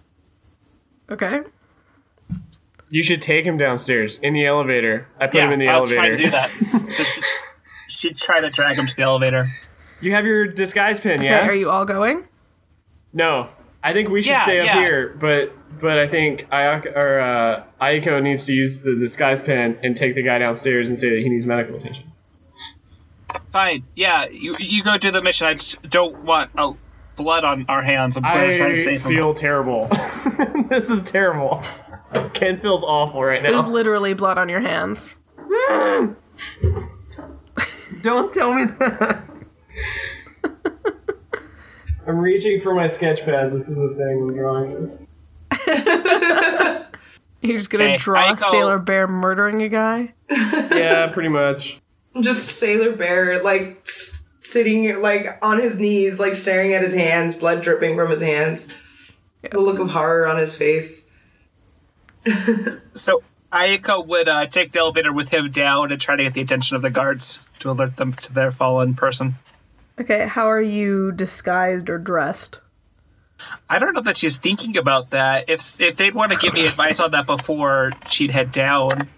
Speaker 1: Okay.
Speaker 3: You should take him downstairs in the elevator. I put
Speaker 4: yeah,
Speaker 3: him in the
Speaker 4: I'll
Speaker 3: elevator.
Speaker 4: try to do that. so she, she'd try to drag him to the elevator.
Speaker 3: You have your disguise pin, yeah?
Speaker 1: Okay, are you all going?
Speaker 3: No, I think we should
Speaker 4: Yeah,
Speaker 3: stay up
Speaker 4: yeah.
Speaker 3: here, but but I think Ayako, or, uh, Ayako needs to use the disguise pen and take the guy downstairs and say that he needs medical attention.
Speaker 4: Fine. Yeah, you you go do the mission. I just don't want oh, blood on our hands. I'm gonna try to
Speaker 3: I
Speaker 4: save him.
Speaker 3: feel terrible. this is terrible. Ken feels awful right
Speaker 1: There's
Speaker 3: now.
Speaker 1: literally blood on your hands.
Speaker 3: Don't tell me that. I'm reaching for my sketch pad. This is a thing I'm drawing. This.
Speaker 1: You're just gonna
Speaker 4: Hey,
Speaker 1: draw
Speaker 4: Aiko.
Speaker 1: Sailor Bear murdering a guy.
Speaker 3: Yeah, pretty much.
Speaker 5: just Sailor Bear like s- sitting like on his knees, like staring at his hands, blood dripping from his hands. The look of horror on his face.
Speaker 4: So Ayako would uh, take the elevator with him down and try to get the attention of the guards to alert them to their fallen person.
Speaker 1: Okay, how are you disguised or dressed?
Speaker 4: I don't know that she's thinking about that. If if they'd want to give me advice on that before she'd head down,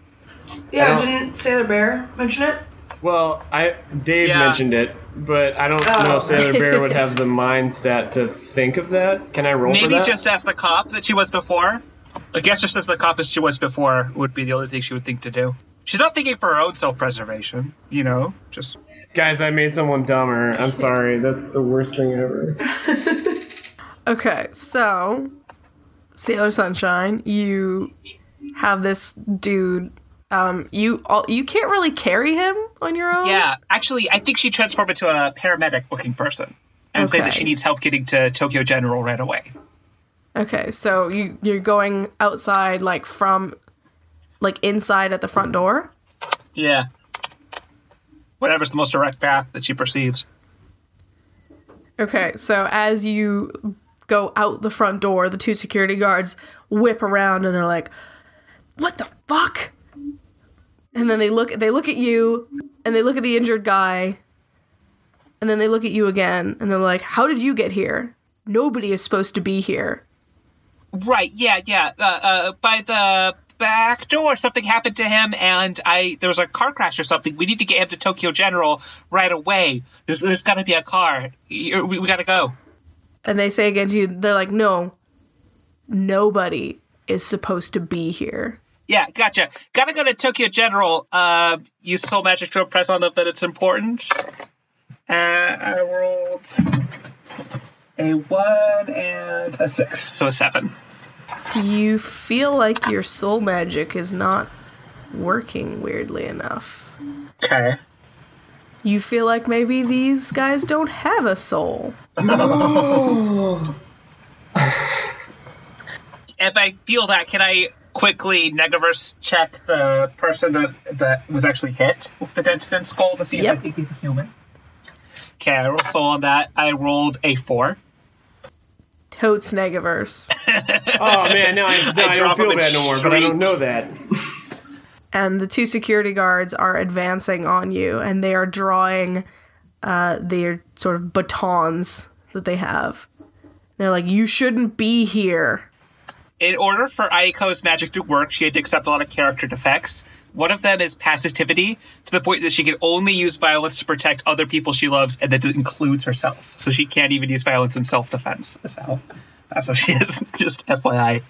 Speaker 5: Yeah,
Speaker 3: I don't-
Speaker 5: didn't Sailor Bear mention it?
Speaker 3: Well, I Dave
Speaker 4: Yeah.
Speaker 3: mentioned it, but I don't know
Speaker 5: Oh.
Speaker 3: if Sailor Bear would have the mind stat to think of that. Can I roll for
Speaker 4: maybe
Speaker 3: that?
Speaker 4: just ask the cop that she was before. I guess just as the cop as she was before would be the only thing she would think to do. She's not thinking for her own self preservation, you know? Just
Speaker 3: Guys, I made someone dumber. I'm sorry. That's the worst thing ever.
Speaker 1: Okay, so Sailor Sunshine, you have this dude. Um, you all you can't really carry him on your own.
Speaker 4: Yeah. Actually I think she transformed into a paramedic looking person. And said
Speaker 1: Okay.
Speaker 4: that she needs help getting to Tokyo General right away.
Speaker 1: Okay, so you you're going outside, like from, like inside at the front door.
Speaker 4: Yeah. Whatever's the most direct path that she perceives.
Speaker 1: Okay, so as you go out the front door, the two security guards whip around and they're like, "What the fuck?" And then they look they look at you and they look at the injured guy. And then they look at you again and they're like, "How did you get here? Nobody is supposed to be here."
Speaker 4: Right. Yeah. Yeah. Uh, uh, by the back door, something happened to him, and I there was a car crash or something. We need to get him to Tokyo General right away. There's, there's got to be a car. You- We, we got to go.
Speaker 1: And they say again to you, they're like, "No. Nobody is supposed to be here."
Speaker 4: Yeah. Gotcha. Got to go to Tokyo General. Uh, use soul magic to impress on them that it's important. Uh, I rolled a one and a six, so a seven.
Speaker 1: You feel like your soul magic is not working weirdly enough.
Speaker 4: Okay.
Speaker 1: You feel like maybe these guys don't have a soul.
Speaker 4: if I feel that, can I quickly negaverse check the person that that was actually hit with the dented in skull to see
Speaker 1: Yep.
Speaker 4: if I think he's a human? Okay, I rolled so on that. I rolled a four.
Speaker 1: Totes Negaverse.
Speaker 3: Oh man, now I, now I, don't
Speaker 4: drop him
Speaker 3: feel
Speaker 4: in
Speaker 3: bad no more, but I don't
Speaker 4: straight.
Speaker 3: know that.
Speaker 1: And the two security guards are advancing on you and they are drawing uh, their sort of batons that they have. They're like, You shouldn't be here.
Speaker 4: In order for Aiko's magic to work, she had to accept a lot of character defects. One of them is passivity, to the point that she can only use violence to protect other people she loves, and that includes herself. So she can't even use violence in self defense. So that's what she is. Just FYI.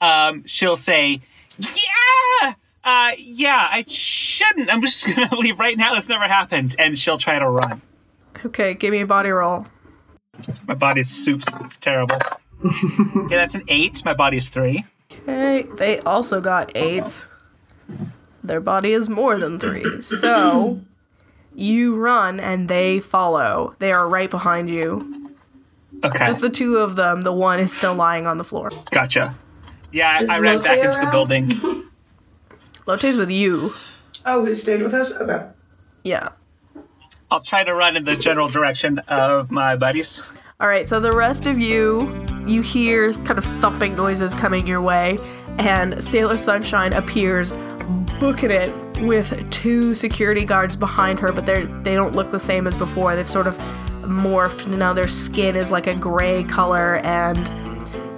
Speaker 4: Um, she'll say, Yeah! Uh, yeah, I shouldn't. I'm just going to leave right now. This never happened. And she'll try to run.
Speaker 1: Okay, give me a body roll.
Speaker 4: My body's soup's terrible. okay, that's an eight. My body's three.
Speaker 1: Okay, they also got eight. Their body is more than three. So you run and they follow. They are right behind you.
Speaker 4: Okay.
Speaker 1: Just the two of them. The one is still lying on the floor.
Speaker 4: Gotcha. Yeah,
Speaker 5: Is
Speaker 4: I ran
Speaker 5: Lotte
Speaker 4: back into the
Speaker 5: around?
Speaker 4: building.
Speaker 1: Lote's with you.
Speaker 5: Oh, who stayed with us? Okay.
Speaker 1: Yeah.
Speaker 4: I'll try to run in the general direction of my buddies.
Speaker 1: All right. So the rest of you, you hear kind of thumping noises coming your way, and Sailor Sunshine appears, booking it with two security guards behind her, but they are they don't look the same as before. They've sort of morphed now. Their skin is like a gray color and.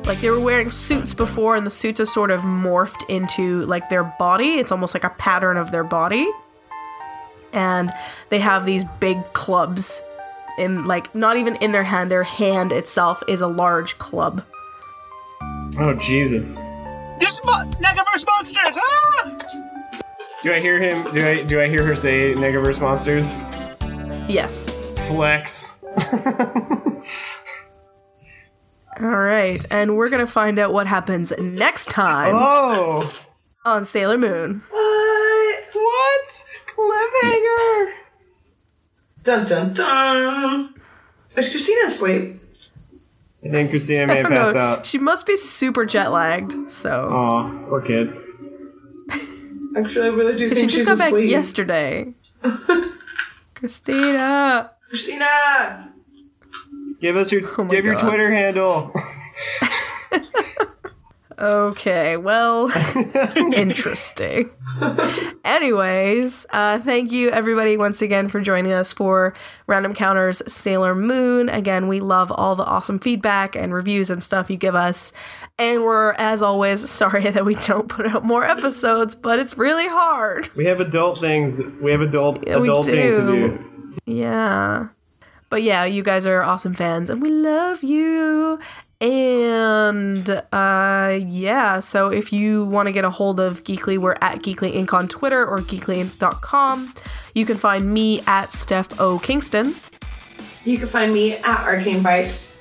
Speaker 1: Like they were wearing suits before, and the suits have sort of morphed into like their body. It's almost like a pattern of their body. and they have these big clubs in like not even in their hand their hand itself is a large club
Speaker 3: Oh Jesus.
Speaker 4: There's mo- Negaverse monsters! Ah!
Speaker 3: Do I hear him? Do I do I hear her say Negaverse monsters?
Speaker 1: yes
Speaker 3: Flex.
Speaker 1: all right and we're gonna find out what happens next time
Speaker 3: Oh,
Speaker 1: on sailor moon
Speaker 5: What?
Speaker 3: what cliffhanger!
Speaker 5: Dun dun dun. Is Christina asleep?
Speaker 3: I think Christina may have
Speaker 1: I don't
Speaker 3: passed
Speaker 1: know,
Speaker 3: out.
Speaker 1: Oh, she must be super jet lagged so
Speaker 3: Oh, poor kid.
Speaker 5: Actually, I really do
Speaker 1: Because she
Speaker 5: think
Speaker 1: just
Speaker 5: she's
Speaker 1: got back
Speaker 5: asleep.
Speaker 1: yesterday christina
Speaker 5: Christina.
Speaker 3: Give us your
Speaker 1: Oh my
Speaker 3: give your
Speaker 1: God.
Speaker 3: Twitter handle.
Speaker 1: Okay, well, interesting. Anyways, uh, thank you everybody once again for joining us for Random Counters Sailor Moon. Again, we love all the awesome feedback and reviews and stuff you give us. And we're, as always, sorry that we don't put out more episodes, but it's really hard.
Speaker 3: We have adult things. We have adult
Speaker 1: Yeah, we
Speaker 3: adult things to
Speaker 1: do.
Speaker 3: do.
Speaker 1: Yeah. But yeah, you guys are awesome fans and we love you. And uh, yeah, so if you want to get a hold of Geekly, we're at Geekly Inc. on Twitter or geeklyinc.com. You can find me at Steph O. Kingston.
Speaker 5: You can find me at Arcane Vice.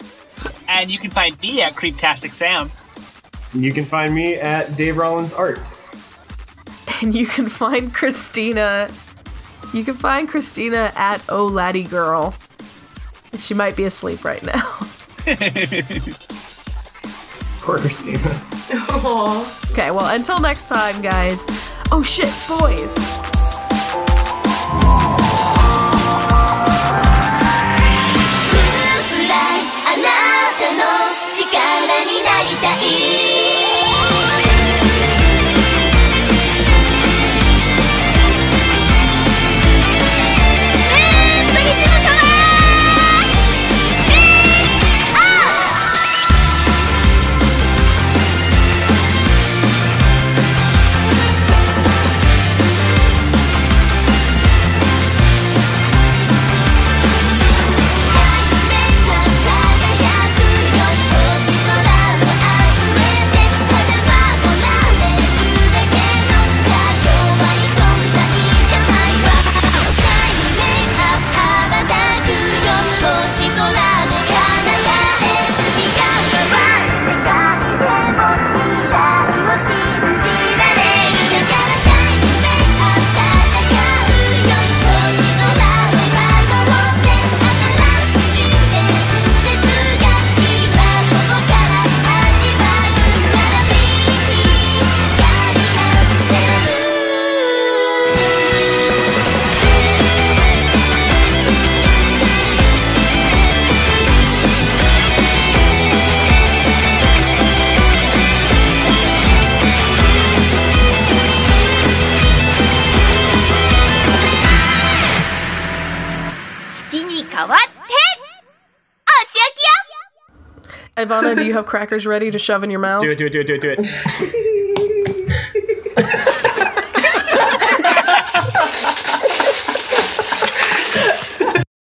Speaker 4: And you can find me at Creeptastic Sound.
Speaker 3: You can find me at Dave Rollins Art.
Speaker 1: And you can find Christina. You can find Christina at Oh Laddie Girl. And she might be asleep right now.
Speaker 3: Poor Christina.
Speaker 5: Aww.
Speaker 1: Okay, well, until next time, guys. Oh shit, boys!
Speaker 6: 「未来あなたの力になりたい」輝くよ星空を集めて」「花はもられるだけの弱い存在じゃないわ」「タイムメイク羽ばたくよ星空の彼方へ積み重ねた世界でも未来を信じられる」「だからシャインメイク戦うよ星空をまとって」「新しい伝説が今ここから始まる」「ならびき光が映る」月に変わってお仕置きよ
Speaker 1: Ivana, do you have crackers ready to shove in your mouth?
Speaker 3: Do it, do it, do it, do it, do it.